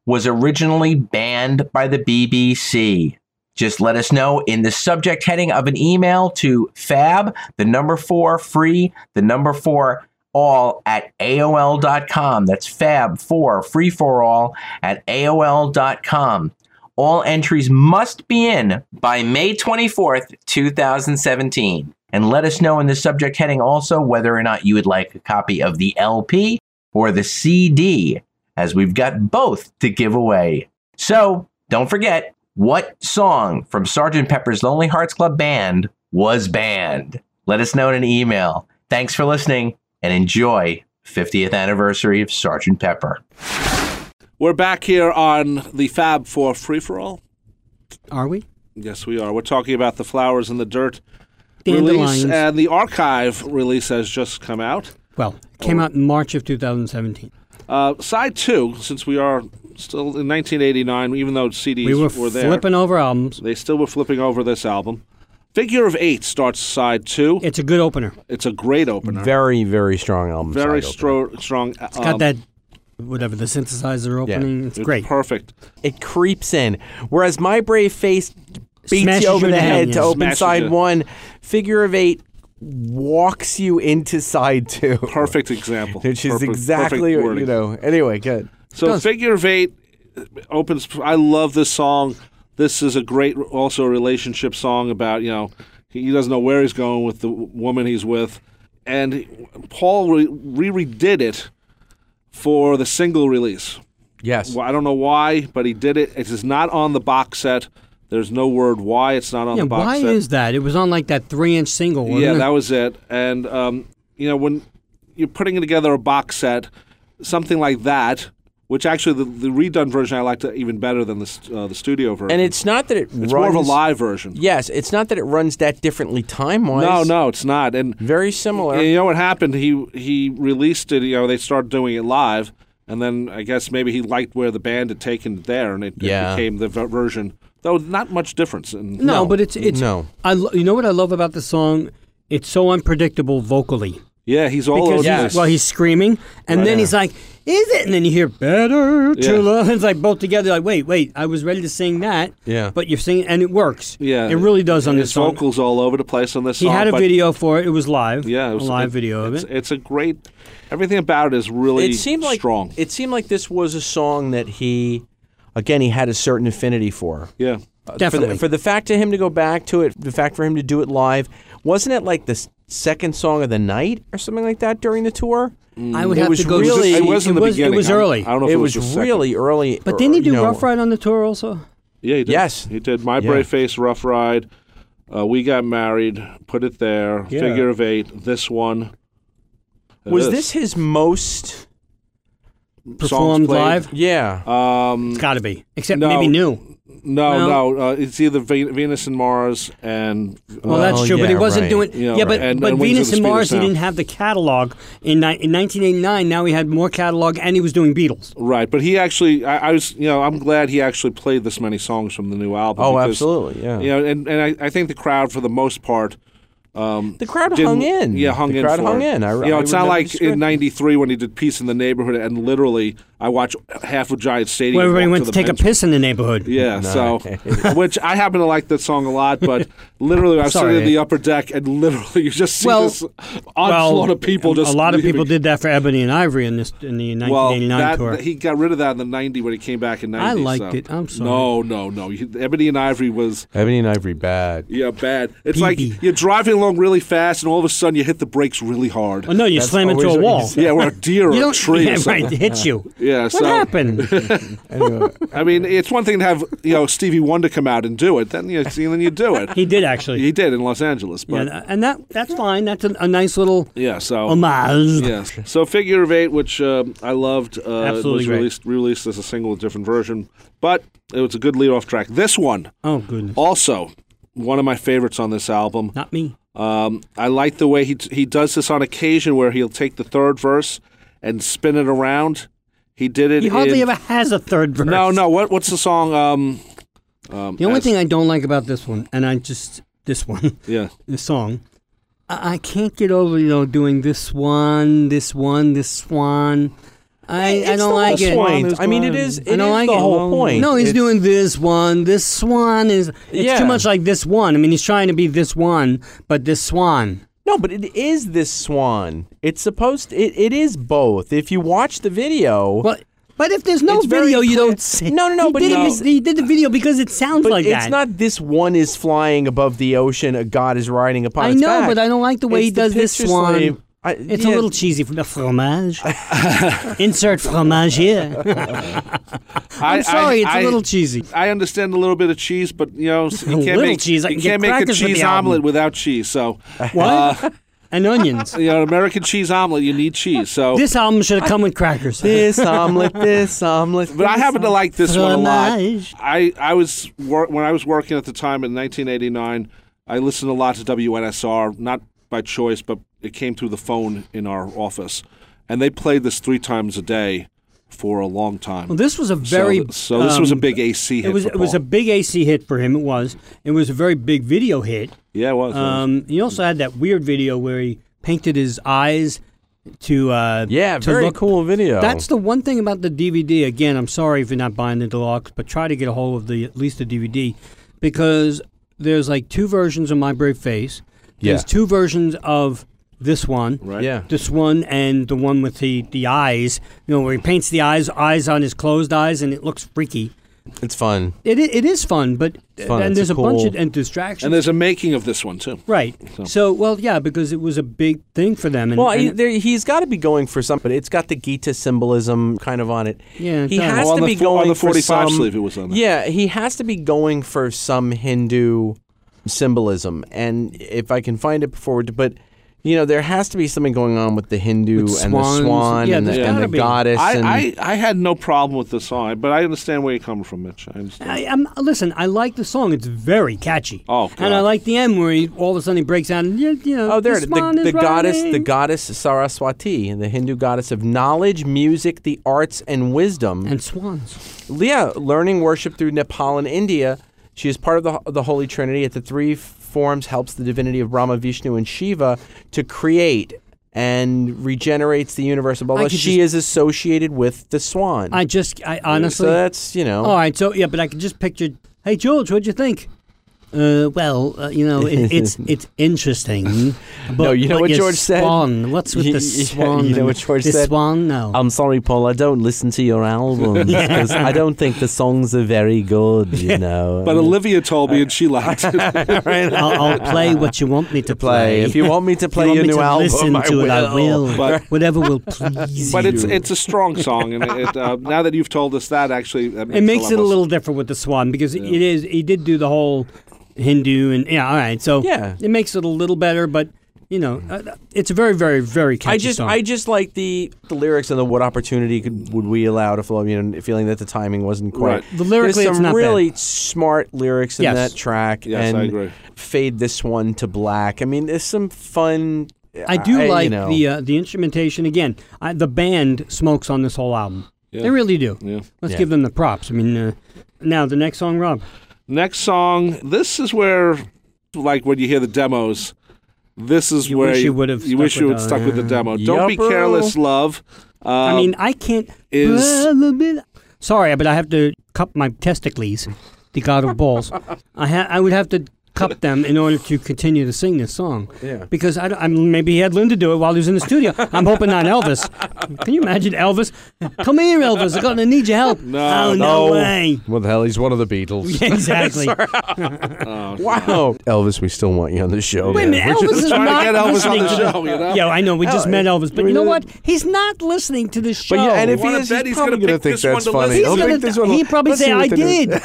was originally banned by the BBC. Just let us know in the subject heading of an email to fab, the number four free, the number four all at AOL.com. That's fab four free for all at AOL.com. All entries must be in by May 24th, 2017. And let us know in the subject heading also whether or not you would like a copy of the LP or the CD as we've got both to give away. So don't forget what song from Sgt. Pepper's Lonely Hearts Club Band was banned. Let us know in an email. Thanks for listening and enjoy 50th anniversary of Sgt. Pepper.
We're back here on the Fab Four Free for All.
Are we?
Yes, we are. We're talking about the Flowers in the Dirt
Dandelions.
release, and the archive release has just come out.
Well, it came out in March of 2017.
Uh, side two, since we are still in 1989, even though CDs
We were,
there,
flipping over albums.
they still were flipping over this album. Figure of Eight starts side two.
It's a good opener.
It's a great opener,
very, very strong album.
Mm-hmm.
very
side opener.
stro- strong. uh, um, It's
Got that whatever the synthesizer opening. It's great.
perfect.
It creeps in. Whereas My Brave Face beats
Smashes
you over
you in
the
the
head
head,
to
yeah.
open
Smashes
side
you.
one. Figure of eight walks you into side two.
Perfect example.
Which is
Perfect-
exactly,
perfect
you
wording.
know. Anyway, good.
So figure of eight opens. I love this song. This is a great, also a relationship song about you know he doesn't know where he's going with the woman he's with, and Paul re- re- redid it for the single release.
Yes.
Well, I don't know why, but he did it. It is not on the box set. There's no word why it's not on
Yeah,
the box
why
set.
is that? It was on like that three inch single. Wasn't
yeah,
it?
that was it. And um, you know, when you're putting together a box set, something like that, which actually the, the redone version I liked even better than the st- uh, the studio version.
And it's not that it
it's
runs.
more of a live version.
Yes, it's not that it runs that differently time wise.
No, no, it's not. And
Very similar.
you know what happened? He he released it. You know, they started doing it live, and then I guess maybe he liked where the band had taken it there, and it, it
Yeah.
became the v- version. Though not much difference. In,
no,
no,
but it's it's.
no.
I lo- you know what I love about the song? It's so unpredictable vocally.
Yeah, he's all over
because
the
he's-
place.
well, he's screaming, and then he's like, "Is it?" And then you hear "Better to
Yeah.
Love." [LAUGHS] It's like both together. Like, wait, wait, I was ready to sing that.
Yeah.
But you're singing, and it works.
yeah,
It really does on
and
this
his
song.
vocals all over the place on this
He
song.
had a
but-
video for it. It was live.
Yeah, it was
a live
it-
video of
it's,
it.
It's a great. Everything about it is really
it seemed like
strong.
It seemed like this was a song that he, again, he had a certain affinity for.
yeah,
For
Definitely.
the, for the fact to him to go back to it, the fact for him to do it live, wasn't it like the s- second song of the night or something like that during the tour?
I would
it
have
was
to go.
really-
see-
it was in the
it was,
beginning.
It was
I don't-
early.
I don't know if
it,
it,
was,
the second.
really early.
But didn't he
or,
do
you know,
Rough Ride on the tour also?
Yeah, he did.
Yes.
he did. My
Yeah.
brave face, rough ride. Uh, we got married. Put it there.
Yeah.
Figure of eight. This one. It
Was
is.
this his most?
Songs
Performed
played.
live.
Yeah.
Um,
It's got to be. Except
No.
maybe new.
no,
Well-
no. Uh, it's either Ve- Venus and Mars and
Well,
uh,
that's
Well,
true, but he
yeah,
wasn't
right.
doing.
Yeah,
Yeah, but
right. And-
but
and Wings of
Venus
the
and
Speed of
Mars, he
Sound.
didn't have the catalog in, ni- in 1989. Now he had more catalog, and he was doing Beatles.
right. But he actually, I, I was, you know, I'm glad he actually played this many songs from the new album.
oh,
because,
absolutely. Yeah.
You know, and and I, I think the crowd for the most part.
The crowd
didn't-
hung in.
Yeah, hung
the
in.
crowd
for
hung
it.
in. I,
you know,
I
it's not
remember
like
this
in
correctly.
'93 when he did "Peace in the Neighborhood" and literally I watched half of Giant Stadium.
Where everybody
walk
went to
the
take a
men's-
piss in the neighborhood.
Yeah,
[LAUGHS]
so which I happen to like that song a lot, but literally I was
Sorry.
sitting in the upper deck and literally you just see
Well-
this onslaught of people.
a
Just
lot of
leaving.
people did that for Ebony and Ivory in this in the 1989
Well, that,
tour.
he got rid of that in the '90 when he came back in '90.
I liked
so-
it. I'm sorry.
No, no, no. You- Ebony and Ivory was
Ebony and Ivory bad.
yeah bad. It's
BB.
like you're driving along really fast and all of a sudden you hit the brakes really hard.
oh no, you
That's
slam into
always
a
what
wall.
you say.
Yeah, or a
[LAUGHS] You
deer or a
don't
tree. or
yeah,
something.
right it hit you.
Yeah,
what
[LAUGHS] so-
happened?
I mean, it's one thing to have you know Stevie Wonder come out and do it, then you see, then you do it.
he did actually.
He did in Los Angeles, but yeah,
yeah, and that that's fine. That's a, a nice little
so
homage.
yeah, so Figure of Eight, which uh, I loved, uh,
Absolutely
was
great.
released released as a single, a different version, but it was a good lead off track. This one
Oh goodness,
also one of my favorites on this album.
not me.
Um, I like the way he he does this on occasion, where he'll take the third verse and spin it around. He did it.
He hardly
in-
ever has a third verse.
No, no. What what's the song? Um, um,
The only
as-
thing I don't like about this one, and I just this one, [LAUGHS]
Yeah.
the song. I I can't get over, you know, doing this one, this one, this swan. I, I
It's
don't
the
like
whole
it.
point. I mean, it is. It
I
is
don't like
the
it.
whole point.
No, he's
It's-
doing this one. This swan is. It's
Yeah.
too much like this one. I mean, he's trying to be this one, but this swan.
No, but it is this swan. It's supposed. It, it is both. If you watch the video,
Well, but if there's no
It's very
video, you
clear-
don't see.
No, no, no,
He
but
did it
no.
mis- he did the video because it sounds
but
like
it's
that.
not this one is flying above the ocean. A god is riding upon.
I
its
know,
back.
but I don't like the way
It's
he does this
picture
swan.
slave. I-
It's a
yeah,
little cheesy for the fromage. [LAUGHS] Insert fromage here.
I,
I'm sorry,
I,
it's a
I-
little cheesy.
I understand a little bit of cheese, but you know
[LAUGHS]
you can't
little
make
cheese, I
you
can get
can't make a
crackers with the
cheese
album.
omelet without cheese.
[LAUGHS]
So, uh,
What? and
[LAUGHS]
onions.
you know, an American cheese omelet, you need cheese. So,
This album should have come with
[LAUGHS]
crackers.
This um, omelet, this omelet.
but I happen to like this one a lot.
Fromage.
I I was wor- when I was working at the time in 1989. I listened a lot to WNSR, not by choice, but it came through the phone in our office, and they played this three times a day for a long time.
Well, this was a
So
very.
th- so, this was a
um,
big AC hit.
It was
for
it was a
Paul.
big AC hit for him. It was. It was a very big video hit.
yeah, it was. it was.
Um, he also had that weird video where he painted his eyes [LAUGHS] to. Uh,
Yeah,
to
very
look-
cool video.
That's the one thing about the DVD. Again, I'm sorry if you're not buying the deluxe, but try to get a hold of the at least the DVD because there's like two versions of My Brave Face. There's
Yeah.
two versions of this one. Right.
yeah.
This one and the one with the, the eyes, you know, where he paints the eyes eyes on his closed eyes and it looks freaky.
It's fun.
It, i- it is fun, but
fun.
and
It's
there's
a
a, bunch
cool-
of and distractions.
And there's a making of this one too.
right. So. well, yeah, because it was a big thing for them. And,
Well, e
and
he, there, he's got to be going for something. It's got the Gita symbolism kind of on it.
Yeah, it
he
does.
has
Oh, on
to
the
be
fo- on
going
the
for
45
some,
sleeve it was on there.
Yeah, he has to be going for some Hindu symbolism, and if I can find it before, but you know, there has to be something going on with the Hindu
With
and the
swans.
swan
Yeah,
and the,
there's
and
gotta
the
be.
goddess. and,
I, I, I had no problem with the song, but I understand where you're coming from, Mitch. I understand.
I, I'm, listen, I like the song. It's very catchy.
Oh, God.
and I like the end where he, all of a sudden he breaks out and you, you know.
Oh, there it is.
The,
The, the goddess, the
goddess,
goddess Saraswati, the Hindu goddess of knowledge, music, the arts, and wisdom.
and swans.
Leah, learning worship through Nepal and India. She is part of the, the Holy Trinity. At the three forms, helps the divinity of Brahma, Vishnu, and Shiva to create and regenerates the universe. Blah, blah, blah.
could
She is associated with the swan.
I just, I honestly.
so that's you know.
all right, so yeah, but I could just picture. Hey, George, what'd you think? Uh, well, uh, you know, it,
[LAUGHS]
it's it's interesting. But,
No, you know
but
what
your
George said?
Swan, what's with
You-
the
you- you
swan?
know
and
what George
the
said?
Swan, no.
I'm sorry, Paul. I don't listen to your [LAUGHS] albums because I don't think the songs are very good. You know.
But Olivia told me, and [LAUGHS] she liked it.
I'll, I'll play what you want me to play.
play. If you want me to play
you want
your
me
new
to
album,
listen
I
to
will.
it, I will.
But-
Whatever will
[LAUGHS]
please
but
you.
it's it's a strong song, and
[LAUGHS]
it, uh, now that you've told us that, actually, that makes
it makes it a
lot
little different with the swan because it is he did do the whole Hindu and yeah, all right. So
Yeah.
it makes it a little better, but you know, uh, it's a very, very, very catchy
I just,
song.
I just like the, the lyrics and the what opportunity could, would we allow to flow? You know, feeling that the timing wasn't quite.
Right.
The lyrically,
There's some
it's not bad.
really smart lyrics in
Yes.
that track.
Yes,
and
I agree.
Fade this one to black. I mean, there's some fun.
I do
you
like
know.
the uh, the instrumentation again. I, the band smokes on this whole album. They really do.
Yeah.
Let's give them the props. I mean, uh, now the next song, Rob.
Next song. This is where, like when you hear the demos, this is
You
where
wish you would've
You
stuck
wish you
with
would
the-
stuck
[LAUGHS]
with the demo. Don't be
Yupper.
careless, love. Uh,
I mean, I can't.
is-
Sorry, but I have to cup my testicles, the god of balls. I ha- I would have to cup them in order to continue to sing this song. Yeah. Because I, don't- I mean, maybe he had Linda do it while he was in the studio. I'm hoping not Elvis. Can you imagine Elvis? Come here, Elvis. I'm gonna need your help.
No,
oh, no, way. [LAUGHS]
Well, the hell, he's one of the [LAUGHS] Beatles.
Exactly.
Wow, Elvis, we still want you on the show.
Wait a minute,
man. We're
Elvis
just-
is
trying to
not
get Elvis on
listening
the
to
show, you know?
Yeah, I know. We just
Oh,
met Elvis, but
we
you know
did.
what? He's not listening to the show.
But yeah, and if he
Wanna
is,
bet he's
he's
gonna
probably going to
pick
think
this one
that's
to
funny.
listen
He's
He'll
gonna-
pick this one.
he'd probably
Let's
say,
see
"I
what the new-
did,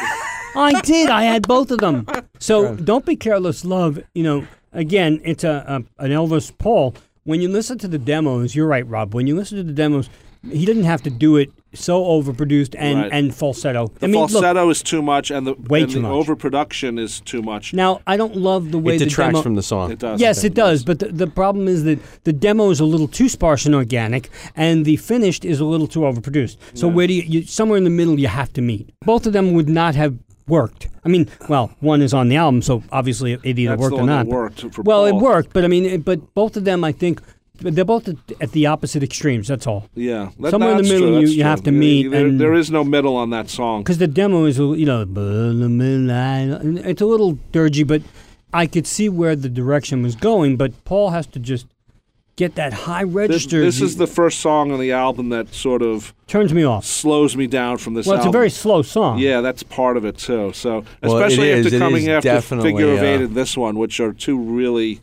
I did, I had both of
[LAUGHS]
them." So don't be careless, love. You know, again, it's a, a an Elvis Paul. When you listen to the demos, you're right, Rob. When you listen to the demos, he didn't have to do it so overproduced and
Right.
and falsetto. I
the
mean, look,
falsetto is too much, and the
Way
and
too
the
much.
overproduction is too much.
now I don't love the way
It
the
detracts
demo-
from the song.
It does.
Yes, it does. But the, the problem is that the demo is a little too sparse and organic, and the finished is a little too overproduced. So where do you, you somewhere in the middle you have to meet. Both of them would not have worked. I mean, well, one is on the album, so obviously it either
That's
worked
the
or
one
not.
that worked for
well,
Paul.
it worked, but I mean, it, but both of them, I think, they're both at, at the opposite extremes. That's all.
Yeah, that,
Somewhere in the
that's
middle
true,
you-
that's
you
true.
have to meet
There,
and-
there is no middle on that song.
Because the demo is, a you know, it's a little dirgy, but I could see where the direction was going. But Paul has to just get that high
This,
register.
this is the first song on the album that sort of
turns me off.
slows me down from this.
Well, it's a
album.
very slow song.
Yeah, that's part of it too. So
Well, it
especially
is-
after
it
coming
is
after
definitely,
Figure of
uh,
Eight and this one, which are two really,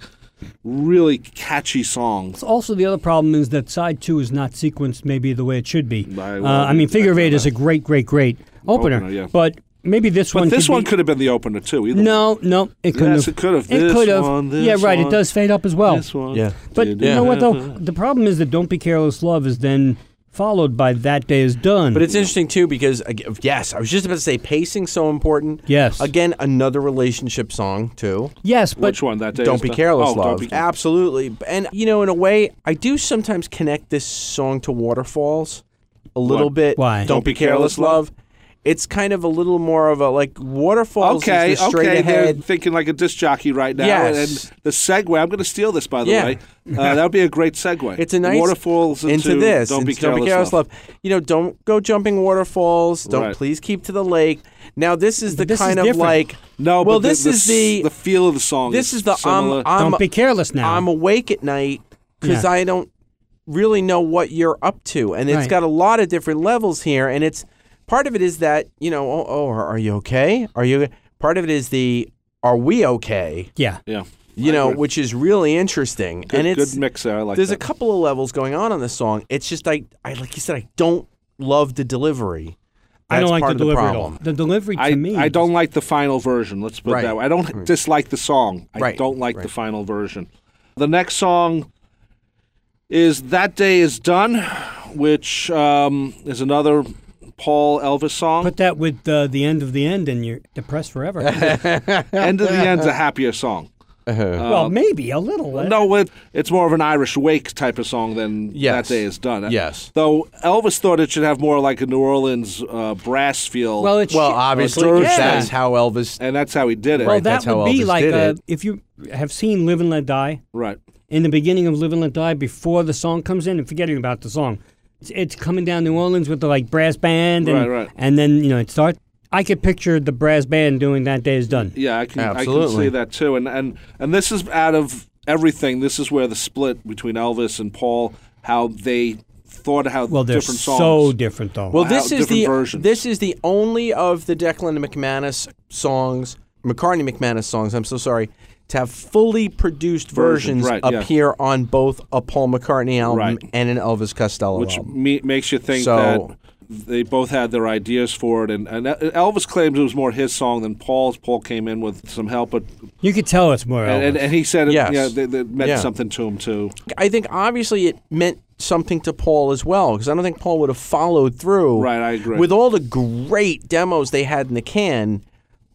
really catchy songs.
Also, the other problem is that side two is not sequenced maybe the way it should be.
I
Uh,
will
I mean, figure of eight
exactly
is a great, great, great opener,
Opener, yeah.
but maybe this
But
one.
this
could
one
be-
could have been the opener too. Either
No, no, it couldn't.
Yes,
have.
it could have.
It
This
could have.
one, this
yeah, right. It
one,
does fade up as well.
one, this one.
Yeah.
But you know what though?
Yeah.
The problem is that "Don't Be Careless, Love" is then followed by "That Day Is Done."
But it's interesting too because ag- yes, I was just about to say pacing so important.
Yes.
Again, another relationship song too.
yes, but
Which one? That day.
Don't
is
be
done.
careless,
oh,
love.
Don't be,
Absolutely. And you know, in a way, I do sometimes connect this song to Waterfalls a little
What?
bit.
Why?
Don't, be careless, love. It's kind of a little more of a like Waterfalls
okay,
is the straight
okay. They're
ahead.
thinking like a disc jockey right now.
Yes.
And the segue. I'm going to steal this, by the
Yeah.
way. Uh, that would be a great segue.
It's a nice
waterfalls into,
this.
Don't be
into love. You know, don't go jumping waterfalls. Don't
Right.
please keep to the lake. Now this is the
this is
kind of
different.
like
No,
well,
but the-
this
the
is
s-
the
the feel of the song.
this is the um,
similar.
I'm, I'm
"Don't Be Careless" now.
I'm awake at night because
Yeah.
I don't really know what you're up to. And it's
Right.
got a lot of different levels here. And it's part of it is that you know, oh, oh are, are you okay? Are you? Part of it is the are we okay?
Yeah.
Yeah.
You
I
know,
agree.
which is really interesting.
good,
and it's
good mix there. I like
there's
that.
a couple of levels going on on this song. It's just I, I like you said, I don't love the delivery.
I don't
That's
like
part
the
of the
delivery at all.
problem.
The delivery to
I,
me.
I
is-
don't like the final version. Let's put it
Right. Mm.
that way. I don't dislike the song. I
Right.
don't like the final version. The next song is That Day Is Done, which um, is another Paul Elvis song.
Put that with uh, the end of the end, and you're depressed
[LAUGHS]
forever.
End of the End's a happier song.
well, maybe a little.
No, it, it's more of an Irish wake type of song than
Yes.
That Day Is Done. Uh,
Yes.
Though Elvis thought it should have more like a New Orleans uh, brass feel.
Well, it's
Well,
shit-
obviously,
Well, it's-
that's how Elvis.
and that's how he did it.
Well,
Right,
that
that's how
would be
Elvis
like
did
uh
it.
if you have seen "Live and Let Die."
right.
In the beginning of "Live and Let Die," before the song comes in, and forgetting about the song, it's, it's coming down New Orleans with the like brass band, and
Right, right.
and then you know it starts. I could picture the brass band doing "That Day Is Done."
Yeah, I can, I can
Absolutely.
see that too. And, and and this is out of everything. This is where the split between Elvis and Paul, how they thought how
Well, they're
different songs.
so different though.
Well,
Wow,
this is
different
the
versions.
this is the only of the Declan McManus songs, McCartney McManus songs. I'm so sorry to have fully produced
Versions,
versions
right, yeah.
appear on both a Paul McCartney album
Right.
and an Elvis Costello
which
album.
me, makes you think
So-
that they both had their ideas for it. And, and Elvis claims it was more his song than Paul's. Paul came in with some help, but
you could tell it's more.
and, and,
Elvis.
and he said it,
Yes.
yeah, that, that meant
Yeah.
something to him too.
I think obviously it meant something to Paul as well because I don't think Paul would have followed through.
Right, I agree.
With all the great demos they had in the can,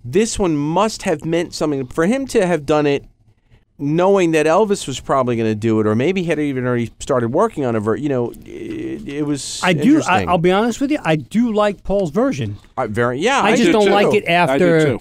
this one must have meant something for him to have done it, knowing that Elvis was probably going to do it, or maybe he had even already started working on a ver. You know, it, it was.
I do. I,
interesting.
I'll be honest with you. I do like Paul's version.
I very. Yeah,
I, just
do
not
too.
like it
I do
after.
too.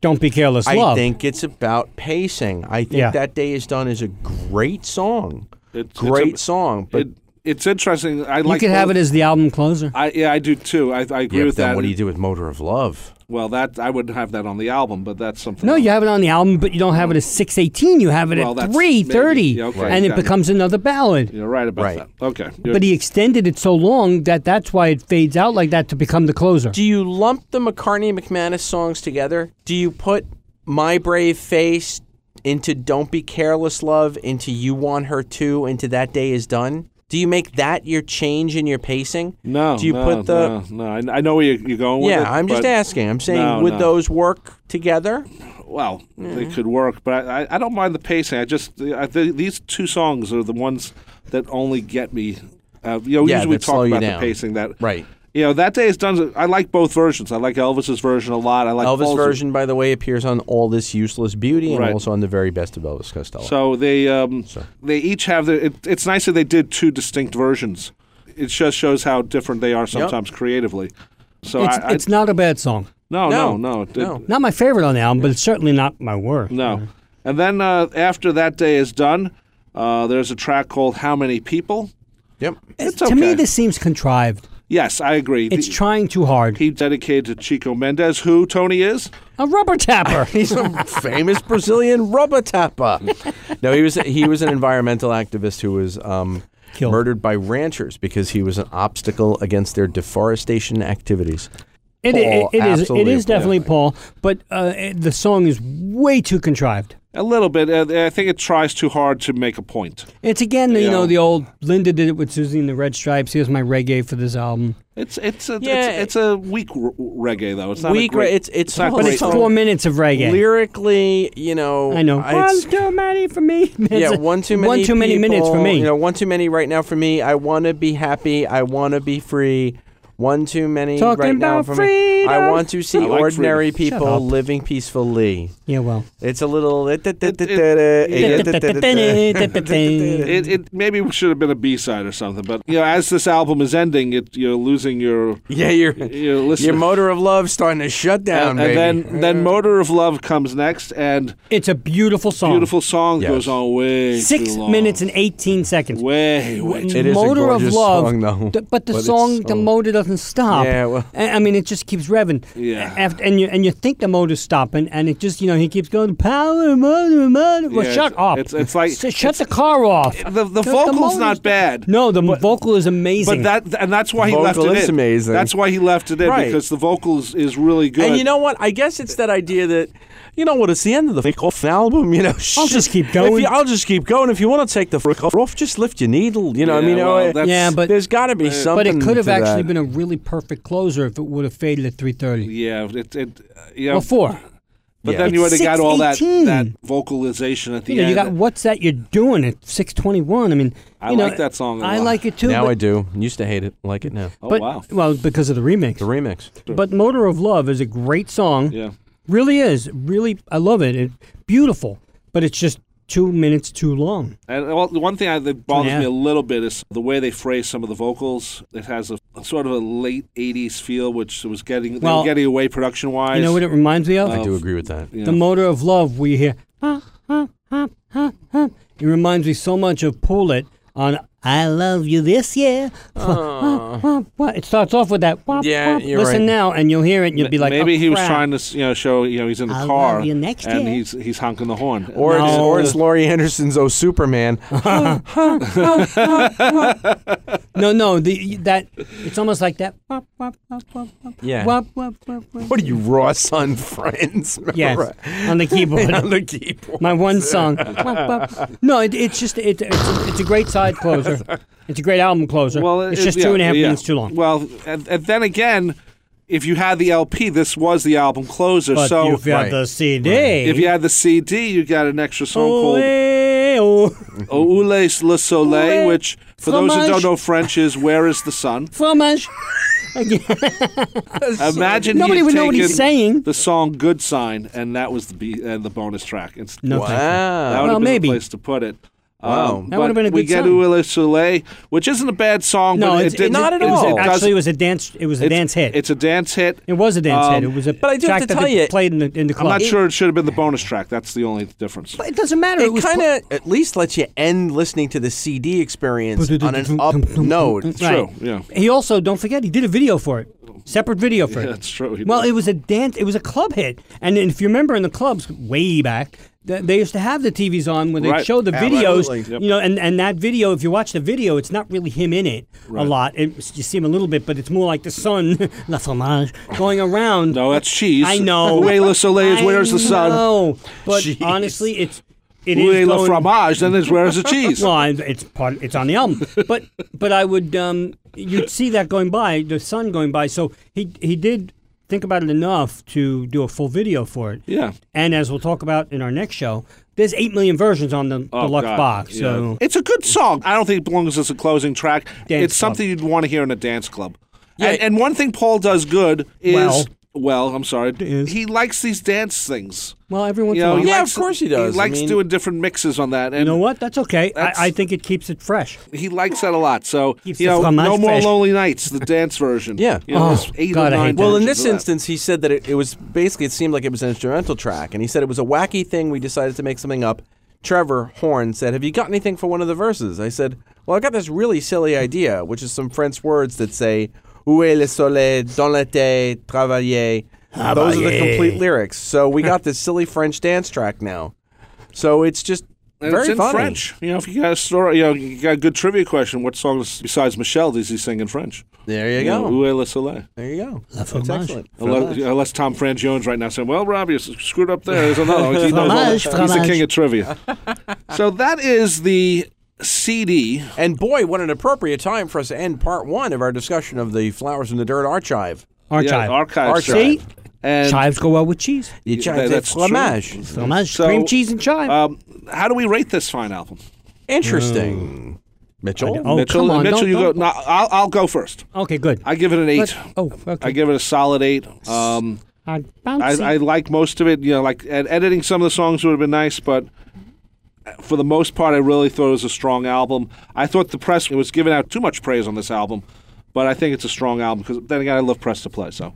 Don't be careless,
I
love.
think it's about pacing. I think
Yeah.
that day is done is a great song.
It's- it's a-
great song, but
It, it's interesting. I
you
like
could have it as the album closer.
I, yeah, I do too. I, I agree
yeah,
with
but then
that.
what do you do with Motor of Love?
Well, that I wouldn't have that on the album, but that's something.
No,
else.
you have it on the album, but you don't have it as six eighteen. You have it
Well,
at
that's
three thirty,
maybe- yeah, okay,
and it
okay.
becomes another ballad.
You're right about
Right.
that. Okay.
But he extended it so long that that's why it fades out like that to become the closer.
Do you lump the McCartney and McManus songs together? Do you put My Brave Face into Don't Be Careless Love, into You Want Her Too, into That Day Is Done? Do you make that your change in your pacing?
no.
Do you
no,
put the.
no? no. I, I know where you're, you're going with
Yeah,
it,
I'm just
but-
asking. I'm saying,
No,
would
no.
those work together?
Well, they could work, but I, I- I don't mind the pacing. I just I, th these two songs are the ones that only get me. Uh, you know,
Yeah,
usually we
that slow
talk
you
about
down.
the pacing that
Right.
You know, that day is done. I like both versions. I like Elvis's version a lot. I like
Elvis
Paul's
version, by the way, appears on All This Useless Beauty and
Right.
also on The Very Best of Elvis Costello.
So they um, they each have their. It, it's nice that they did two distinct versions. It just shows how different they are sometimes creatively. So
it's,
I, I,
it's not a bad song.
no, no,
No,
no, it-
no.
Not my favorite on the album, but it's certainly not my worst.
No. And then uh, after that day is done, uh, there's a track called "How Many People."
yep.
It's
to me,
okay.
this seems contrived.
Yes, I agree.
It's
The-
trying too hard.
he dedicated to Chico Mendez, who Tony is.
A rubber
[LAUGHS]
tapper.
He's a famous Brazilian rubber tapper. No, he was he was an environmental activist who was um,
Killed.
murdered by ranchers because he was an obstacle against their deforestation activities.
It- it-
Paul,
it is. It
absolutely
is definitely
appalling.
Paul, but uh, it- the song is way too contrived.
A little bit. Uh, I think it tries too hard to make a point.
It's again, you
Yeah.
know, the old Linda did it with Susie and the Red Stripes. Here's my reggae for this album.
It's it's a,
Yeah,
it's, it's a weak r- reggae though. It's not
Weak
A great,
re- it's- it's
not
full
But
Great
it's
song.
four minutes of reggae.
Lyrically, you know,
I know. one
it's-
too many for me.
yeah,
It's a-
one too many.
One too many minutes for
people,
me.
You know, one too many right now for me. I want to be happy. I want to be free. One too many
Talking
right now
about
for me. I
freedom.
want to see
I like
ordinary
freedom. Shut up.
people living peacefully.
yeah, well.
It's a
[LAUGHS]
little. [LAUGHS]
It, it maybe should have been a B side or something. But you know, as this album is ending, it you're losing your
Yeah, your
your listener.
your motor of love starting to shut down,
and, and
baby.
then then Motor of Love comes next, and
It's a beautiful song.
beautiful song
Yes.
goes on way
Six
too long.
minutes and 18 seconds.
way way. Too
It is a
Motor of
gorgeous
Love.
song, though.
th- but the
But it's
song, the
so-
motor, the doesn't stop.
Yeah, well-
I I mean, it just keeps revving.
Yeah.
A- After, and you and you think the motor's stopping, and it just you know he keeps going power motor motor. Well,
Yeah,
shut
it's-
up.
it's- it's like-
So shut the car off.
The, the
The- the
vocal's
motor's-
not bad.
No, the vocal is amazing.
But that and that's why he left
vocal
it
is
in.
amazing.
That's why he left it in
Right.
because the vocals is really good.
And you know what? I guess it's that idea that you know what? It's the end of the frick off album. You know, shit.
just keep
If
going.
you- I'll just keep going. If you want to take the frick off, off, just lift your needle. You know, I
Yeah,
mean,
well,
uh,
that's-
yeah, but
there's got to be
but
something.
it could have
to
actually
that.
been a really perfect closer if it would have faded at three thirty
yeah, it, it yeah.
or four.
but
Yeah.
then you would have
It's
got all that
618.
that vocalization at the
You know,
end.
you got what's that you're doing at six twenty one? I mean,
I
you know,
like that song a
I
lot.
like it too.
now
but,
I do. Used to hate it. Like it now.
oh
but-
wow.
well, because of the remix.
The remix.
But Motor of Love is a great song.
Yeah.
Really is. Really, I love it. it. Beautiful. But it's just two minutes too long.
And well, the one thing I, that bothers
Yeah.
me a little bit is the way they phrase some of the vocals. It has a sort of a late '80s feel, which was getting they
Well,
were getting away production wise.
You know what it reminds me of?
I do agree with that.
The Motor of Love, we hear. "Ah, ah, ah, ah, ah." It reminds me so much of Pull It on I Love You This Year.
Ah.
Wah, wah, wah. It starts off with that. wah, wah.
Yeah, you're
Listen
right.
now, and you'll hear it, and you'll be like,
Maybe
oh,
he was
crap.
trying to you know show you know he's in the
I'll
car
love you next
and
year.
he's he's honking the horn.
Or it's,
No.
or it's Laurie Anderson's "Oh Superman." [LAUGHS]
No, no, the, that it's almost like that. wah, wah, wah, wah, wah,
Yeah.
wah, wah, wah, wah.
what are you, raw son friends? [LAUGHS]
Yes,
Remember?
on the
[LAUGHS]
keyboard.
on the keyboard.
My one song. no, it, it's just it, it's, a, it's a great side closer. It's a great album closer.
Well,
it's
it-
just
yeah,
two and a half
yeah.
minutes too long.
Well, and, and then again, if you had the LP, this was the album closer.
but
so
you've got
right.
the CD.
if you had the CD, you got an extra song
Oh,
called
eh, oh.
"Oule le Soleil,"
Oule,
which, for those who don't
fromage.
know French, is "Where is the
[LAUGHS]
sun?"
fromage.
Imagine
Nobody
he had
would know what he's
taken
saying.
The song "Good Sign," and that was the be- and the bonus track. It's,
No, thank you.
That would
Wow.
Well,
have been
maybe.
the place to put it.
Wow.
Um,
That would
but
have been a
we
good
get
song.
"Oule le Soleil," which isn't a bad song.
No,
but
it's,
it didn't,
not at
it-
it was-
all.
It
actually, it
does-
was a dance. It was a
it's-
dance hit.
It's a dance hit.
it was a dance hit.
um,
It was a
but I do have
track
to
that
tell
they
you,
played in the in the club.
I'm not
It-
sure it should have been the bonus track. That's the only difference.
But it doesn't matter. It,
It
was
kind of at least lets you end listening to the CD experience on an up note.
Right.
True, yeah.
He also don't forget he did a video for it, separate video
[LAUGHS]
for it.
that's true, he
Well,
did.
it was a dance. It was a club hit, and if you remember in the clubs way back, th- they used to have the TVs on when they
Right.
would show the videos.
Absolutely.
Yep.
You know, and, and that video, if you watch the video, it's not really him in it a lot. It, you see him a little bit, but it's more like the sun, [LAUGHS] la fromage, going around.
No, that's cheese.
I know.
Oué le soleil is where's the sun.
No, but
Jeez.
honestly, it's it is
Oué le
going-
fromage, then it's where's the cheese.
well, I- it's part. It's on the album, but but I would um, you'd see that going by the sun going by. So he he did think about it enough to do a full video for it.
Yeah.
And as we'll talk about in our next show, there's eight million versions on the
Oh,
deluxe
God.
box.
Yeah.
So
It's a good song. I don't think it belongs as a closing track.
Dance
it's
club.
something you'd want to hear in a dance club.
Yeah.
And, and one thing Paul does good is
Well.
well, I'm sorry.
Is.
He likes these dance things.
well, every once
You
in a
know,
while,
he
Yeah, of
likes-
course he does.
He
I
likes
mean-
doing different mixes on that, and
you know what? That's okay.
That's-
I, I think it keeps it fresh.
he likes that a lot.
[LAUGHS]
So
Keeps
you
the
know,
fromage
no more
fresh.
lonely nights. The dance version.
Yeah.
You know,
Oh,
there's eight or
God, I hate
nine
that.
Well, in
versions
this
of that.
instance, he said that it, it was basically, it seemed like it was an instrumental track. And he said it was a wacky thing. We decided to make something up. Trevor Horn said, Have you got anything for one of the verses? I said, Well, I got this really silly idea, which is some French words that say, Où est le soleil, dans l'été, travailler. Those are the complete lyrics. So we got this silly French dance track now. So it's just
And
very
it's in
funny.
French. You know, if you got a story, you know, you got a good trivia question. What songs besides Michelle does he sing in French?
There you,
You
go.
know, Oué le soleil.
There you go. That's
fromage.
excellent.
Unless, unless Tom Frangione's right now saying, "Well, Rob, you s- screwed up there." There's another. one. He knows
[LAUGHS]
all
Fromage,
the- He's the
fromage.
king of trivia. so that is the CD.
And boy, what an appropriate time for us to end part one of our discussion of the Flowers in the Dirt archive.
Aren't
Yeah,
I?
archive.
Archive.
See,
And
chives go well with cheese.
The
Yeah,
giant
that's
fromage.
Fromage,
So,
cream cheese, and chive.
um, how do we rate this fine album?
Interesting. Mitchell?
Oh,
Mitchell,
come on,
Mitchell,
don't-
you
don't-
go. No, I'll, I'll go first.
okay, good.
I give it an eight.
But- oh, okay.
I give it a solid eight. Um,
I,
I, I like most of it. You know, like ed- editing some of the songs would have been nice, but for the most part, I really thought it was a strong album. I thought the press was giving out too much praise on this album, but I think it's a strong album because then again, I love press to play. So,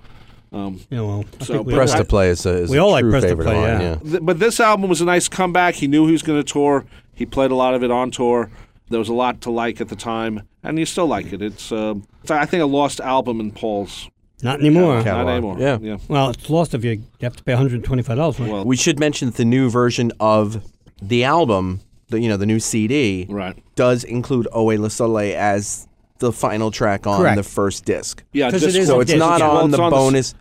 um,
yeah, well, I
So,
think we
Press
all-
to play is a, is
We
a
all like
true
Press to
favorite
Play,
of mine,
yeah.
Th- but this album was a nice comeback. He knew he was going to tour. He played a lot of it on tour. There was a lot to like at the time, and you still like it. It's, um, it's I think, a lost album in Paul's.
Not anymore.
Not
Catalog.
anymore.
Yeah.
yeah.
Well, it's lost if you, you have to pay $125 for it.
Well-
We should mention that the new version of the album, the, you know, the new CD,
Right.
does include Oe Le Soleil as the final track on
Correct.
the first disc.
Yeah,
'Cause it
this
is
So
a
one-
it's
disc,
not
yeah.
on
Well, it's
the
on the s-
bonus.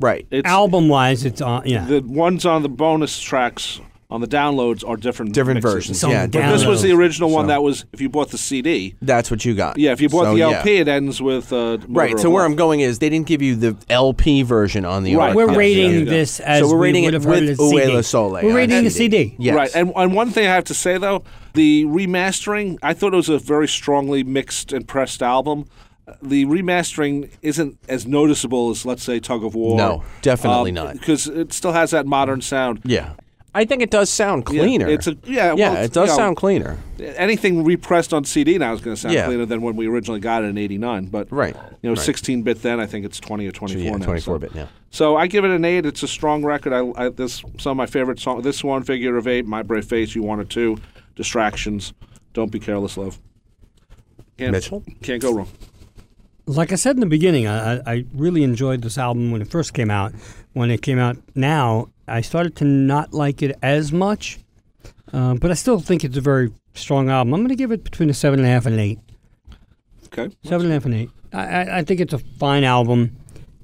right.
it's-
Album wise, it's on. Yeah.
the ones on the bonus tracks on the downloads are different.
Different
mixes.
versions.
Some
Yeah,
down-
different-
This was the
Downloads.
original one that was if you bought the CD.
that's what you got.
Yeah, if you bought
So,
the
yeah.
LP, it ends with uh, Murder
Right.
of
So where
Love.
I'm going is they didn't give you the LP version on the
Right.
other
We're
copy.
rating
yeah.
this as
we're
we
rating
would
it
have heard
with
it as
Uwe
CD.
Le Soleil
We're
on
rating the
CD.
CD.
Yes.
Right, and, and one thing I have to say though, the remastering, I thought it was a very strongly mixed and pressed album. The remastering isn't as noticeable as, let's say, Tug of War.
No, definitely not.
because it still has that modern sound.
Yeah. I think it does sound
Yeah,
cleaner.
it's a yeah.
yeah,
well, it's-
it does
you know,
sound cleaner.
Anything repressed on CD now is going to sound
Yeah.
cleaner than when we originally got it in '89. But
Right,
you know, 16 bit then. I think it's 20 or 24
Yeah,
now. so-
24 bit now.
So I give it an eight. It's a strong record. I, I this some of my favorite songs. This one, Figure of Eight, My Brave Face, You Wanted Two, Distractions, Don't Be Careless, Love. Can't,
Mitchell?
can't go wrong.
Like I said in the beginning, I, I- I really enjoyed this album when it first came out. When it came out now, I started to not like it as much, um, but I still think it's a very strong album. I'm going to give it between a seven and a half and an eight.
Okay.
Seven and a half and eight. I, I, I think it's a fine album.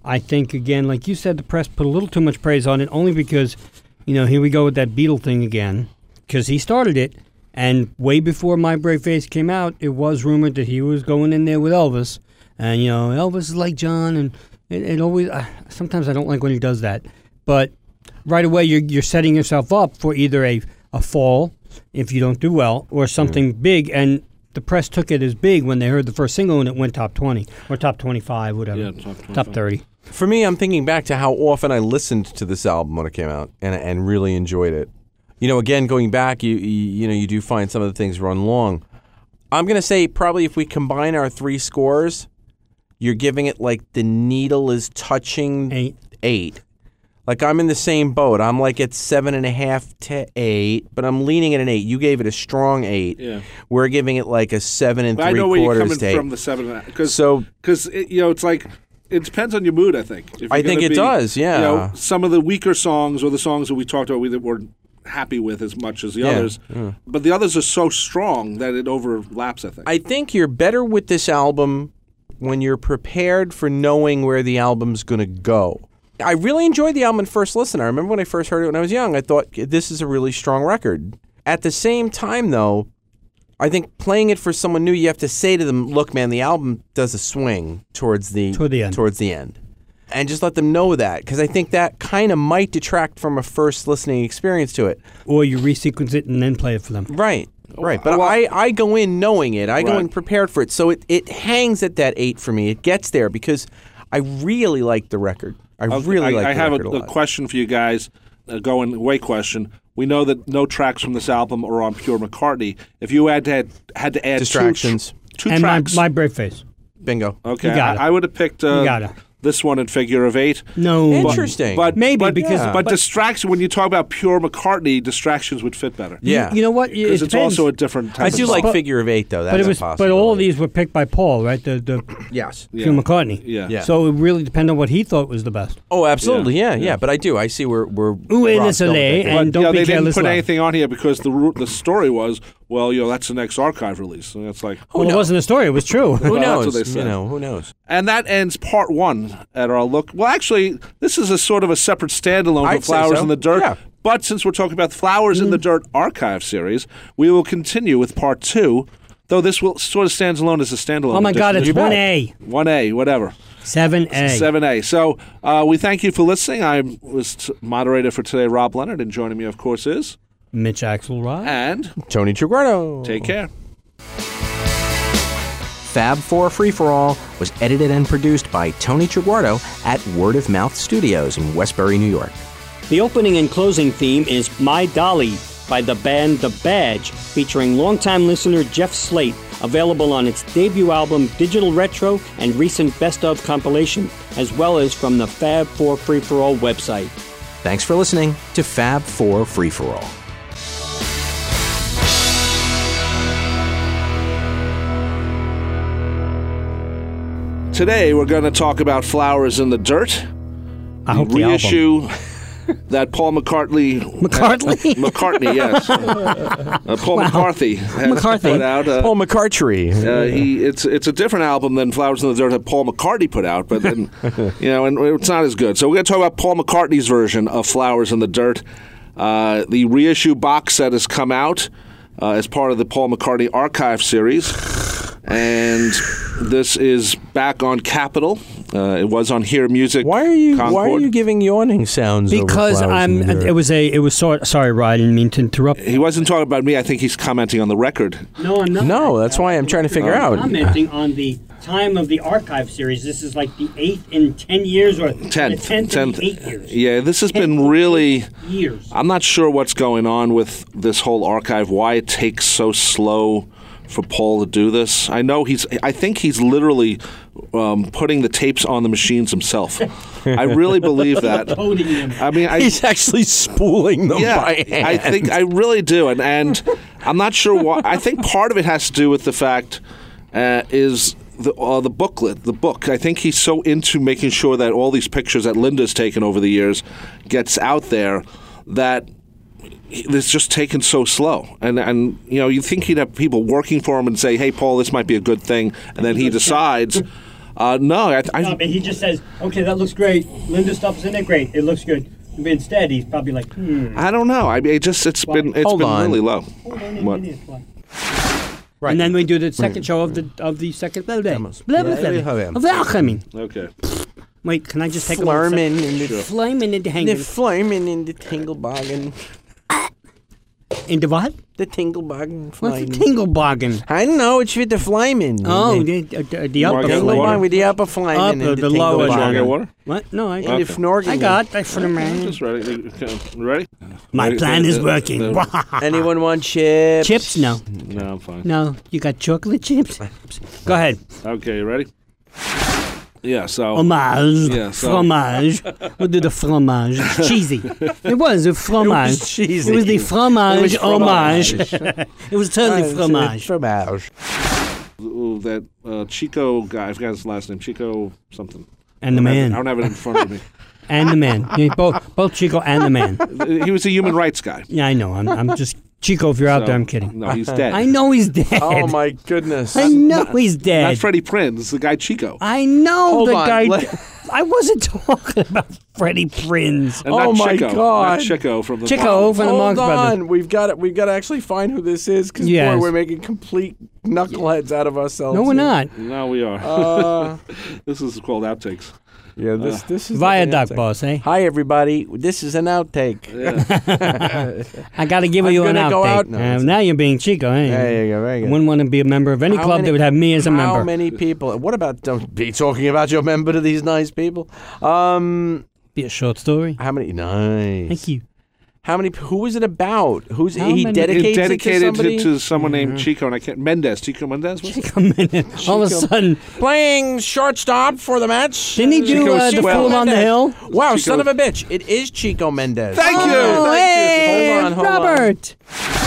I think again, like you said, the press put a little too much praise on it, only because, you know, here we go with that Beatle thing again, because he started it, and way before My Brave Face came out, it was rumored that he was going in there with Elvis, and you know, Elvis is like John, and it, it always. Uh, sometimes I don't like when he does that, but right away you're you're setting yourself up for either a a fall if you don't do well or something
Mm.
big and. The press took it as big when they heard the first single and it went top 20 or top 25, whatever.
Yeah, top 25.
top 30.
For me, I'm thinking back to how often I listened to this album when it came out and, and really enjoyed it. You know, again, going back, you, you you know, you do find some of the things run long. I'm gonna say probably if we combine our three scores, you're giving it like the needle is touching
Eight.
eight. Like I'm in the same boat. I'm like at seven and a half to eight, but I'm leaning at an eight. You gave it a strong eight.
Yeah.
We're giving it like a seven and
But
three
I know where you're
quarters
coming
to eight.
from. The seven because
So-
because you know it's like. It depends on your mood, I think. If you're
I think
gonna
it does, yeah.
You know, some of the weaker songs or the songs that we talked about we that weren't happy with as much as the others, but the others are so strong that it overlaps. I think.
I think you're better with this album when you're prepared for knowing where the album's going to go. I really enjoyed the album in first listen. I remember when I first heard it when I was young, I thought this is a really strong record. At the same time, though, I think playing it for someone new, you have to say to them, "Look, man, the album does a swing towards the
Toward the end.
towards the end," and just let them know that because I think that kind of might detract from a first listening experience to it.
Or you resequence it and then play it for them.
Right. Right. But I, I go in knowing it. I go
Oh, Right.
in prepared for it. So it, it hangs at that eight for me. It gets there because I really like the record. I
Okay,
really
I,
like
I
the
have
record
a,
a,
a
lot.
question for you guys, a going away question. We know that no tracks from this album are on pure McCartney. If you had to had, had to add two tr-
Distractions.
two,
and my,
tracks,
my brave face.
Bingo.
okay,
You got
I,
it.
I would have picked uh,
You got it.
this one in Figure of Eight.
No.
Interesting.
But
Maybe
but-
because-
but,
but-
distraction. When you talk about pure McCartney, distractions would fit better.
yeah.
You know what? It
because it's
depends.
also a different. Type
I
of
do
song.
like
But-
figure of eight though. That's
But it was.
a
But all
possibility.
these were picked by Paul, right? The the
Yes.
Phil McCartney.
Yeah. Yeah.
So it really depended on what he thought was the best.
Oh, absolutely. Yeah. Yeah. But I do. I see where we're.
Uwe Nisolet
But,
and don't
yeah,
be
they didn't
careless.
put
Love.
anything on here because the ru- the story was well, you know, that's the next archive release. And it's like,
Well, it wasn't a story. It was true.
Who
Well, that's what
knows?
they
You
said.
know. Who knows?
And that ends part one at our look. Well, actually, this is a sort of a separate standalone for
I'd say
Flowers
so.
in the Dirt.
Yeah.
But since we're talking about the Flowers in the
Mm.
Dirt archive series, we will continue with part two, though this will sort of stands alone as a standalone.
Oh my God! It's
edition.
one A,
1A, whatever.
seven A.
7A. So uh, we thank you for listening. I was t- moderator for today, Rob Leonard, and joining me, of course, is.
Mitch Axelrod.
And
Tony Triguardo.
take care.
Fab 4 Free for All was edited and produced by Tony Triguardo at Word of Mouth Studios in Westbury, New York.
The opening and closing theme is My Dolly by the band The Badge, featuring longtime listener Jeff Slate, available on its debut album Digital Retro and recent Best of compilation, as well as from the Fab 4 Free For All website.
Thanks for listening to Fab 4 Free for All.
Today, we're going to talk about Flowers in the Dirt,
I hope the album.
reissue that Paul McCartney.
McCartney?
[LAUGHS] McCartney, yes. uh, Paul McCarthy. Has
McCarthy.
Put out, uh,
Paul McCartney.
uh, he, it's it's a different album than Flowers in the Dirt that Paul McCartney put out, but
[LAUGHS]
then you know, and it's not as good. So we're going to talk about Paul McCartney's version of Flowers in the Dirt. Uh, the reissue box set has come out uh, as part of the Paul McCartney Archive series, and this is back on Capitol. Uh, it was on Hear Music.
Why are you Why are
Concord.
you giving yawning sounds? over
Because
flowers in
I'm. [LAUGHS]
the dirt?
It was a. It was. So, sorry, Rod. I didn't mean to interrupt.
He wasn't talking about me. I think he's commenting on the record.
No, I'm not.
No, that's why I'm trying to figure out.
commenting on the time of the archive series. This is like the eighth in ten years, or
Tenth,
the tenth,
tenth.
in eight years.
Yeah, this has been really.
Years.
I'm not sure what's going on with this whole archive. Why it takes so slow for Paul to do this? I know he's. I think he's literally um, putting the tapes on the machines himself. I really believe that.
Coding them.
I mean, I,
He's actually spooling them
[LAUGHS] yeah,
by hand.
I think I really do, and and I'm not sure why. I think part of it has to do with the fact uh, is the uh, the booklet, the book. I think he's so into making sure that all these pictures that Linda's taken over the years gets out there that it's just taken so slow. And and you know, you think he'd have people working for him and say, "Hey, Paul, this might be a good thing," and then he decides. Uh, no, I, I,
But he just says, "Okay, that looks great. Linda stuff's in there. Great. It looks good." But instead, he's probably like, "Hmm."
I don't know. I mean, it just it's been it's
Hold
been
on.
really low. What?
Right.
And then we do the second show of the of the second blah, blah, blah, blah, blah,
Yeah, we
blah,
have him.
of the alchemy.
Okay.
Wait, can I just [LAUGHS] take a
Flerman
moment?
and the,
Flamin' in the
the
hanging.
Flerman and the Tingleboggin.
In the what?
The Tingleboggin
What's the
Flyman.
tingle boggin?
I don't know. It's with the Flyman.
Oh,
the
the, the, the
Mark
upper flamin'.
Gatwater.
Tingleboggin with the upper Flyman.
Up,
and
uh,
the,
the lower
Shall
one.
I get
Tingleboggin.
water?
What? No, I
And
got.
the Fnorgin.
I got that for the man.
Just ready. Okay, Ready?
My plan is working.
Anyone want chips?
[LAUGHS] chips? No,
No, I'm fine.
no. You got chocolate [LAUGHS] chips. Go ahead.
Okay, you ready? Yeah.
Oh,
So
Fromage.
Yeah, so-
Fromage. We'll do the
[LAUGHS]
fromage. It's cheesy. It was a fromage.
It was cheesy.
It was the fromage,
It was [LAUGHS]
homage. it was totally
Fromage.
fromage.
Fromage.
ooh, that uh, Chico guy. I forgot his last name. Chico something.
And the
I don't have- I
man.
don't have it in front of me.
And the
[LAUGHS]
man. Yeah, both, both Chico and the man.
he was a human
[LAUGHS]
rights guy.
Yeah, I know. I'm, I'm just. Chico, if you're out
So-
there, I'm kidding.
No, he's
[LAUGHS]
dead.
I know he's dead.
Oh my goodness.
I know he's
Not
dead.
Freddie Prinz, the guy Chico.
I know
Hold
the
on,
guy.
let-
I wasn't [LAUGHS] talking about Freddie Prinz.
And
Oh
not
my
Chico,
God.
Not Chico from the
Chico from the
Hold
Marx Brothers.
on, we've got to, we've got to actually find who this is because
Yes.
boy, we're making complete knuckleheads out of ourselves.
No, we're
here.
not.
No, we are.
Uh,
[LAUGHS] this is called outtakes.
yeah, this this is
Viaduct
boss.
boss, eh?
Hi everybody, this is an outtake.
I got to give
I'm
you an
gonna go
outtake.
out now.
Uh, now you're being Chico, eh?
There you go, very good.
Wouldn't want to be a member of any
How
club
many-
that would have me as a
How
member.
many people? What about? Don't be talking about your member to these nice people. Um,
Be a short story.
how many? Nice.
Thank you. [LAUGHS]
How many? Who is it about? Who's
How
he
many-
dedicates
He
it to
dedicated
somebody?
it to someone
Mm-hmm.
named Chico, and I can't. Mendez. Chico
[LAUGHS]
Mendez? Was it?
Chico Mendes. All of a sudden,
Playing shortstop for the match.
didn't he do
Chico
uh, the
Swell.
fool on the
Mendez.
hill?
Wow,
Chico-
son of a bitch! It is Chico Mendez.
Thank you!
Oh,
Thank
hey,
Hold on, hold on.
Robert.
you!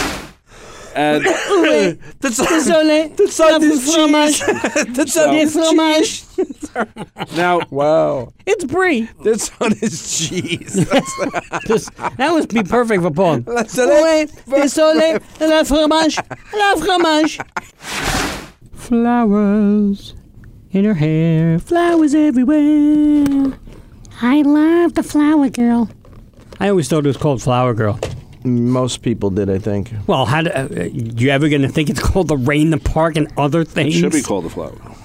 And
That's that's
Désolé.
not
Nothing
this
fromage. [LAUGHS]
that's not
Des
his
fromage.
now,
Wow,
It's brie.
that's on his cheese.
Just- that would be perfect for Paul.
Désolé.
Désolé. La fromage. La fromage. Flowers in her hair. Flowers everywhere.
I love the flower girl.
I always thought it was called Flower Girl.
[LAUGHS] Most people did, I think.
Well, how do, uh, uh, you ever going to think it's called the rain, the park, and other things?
should be called the flower.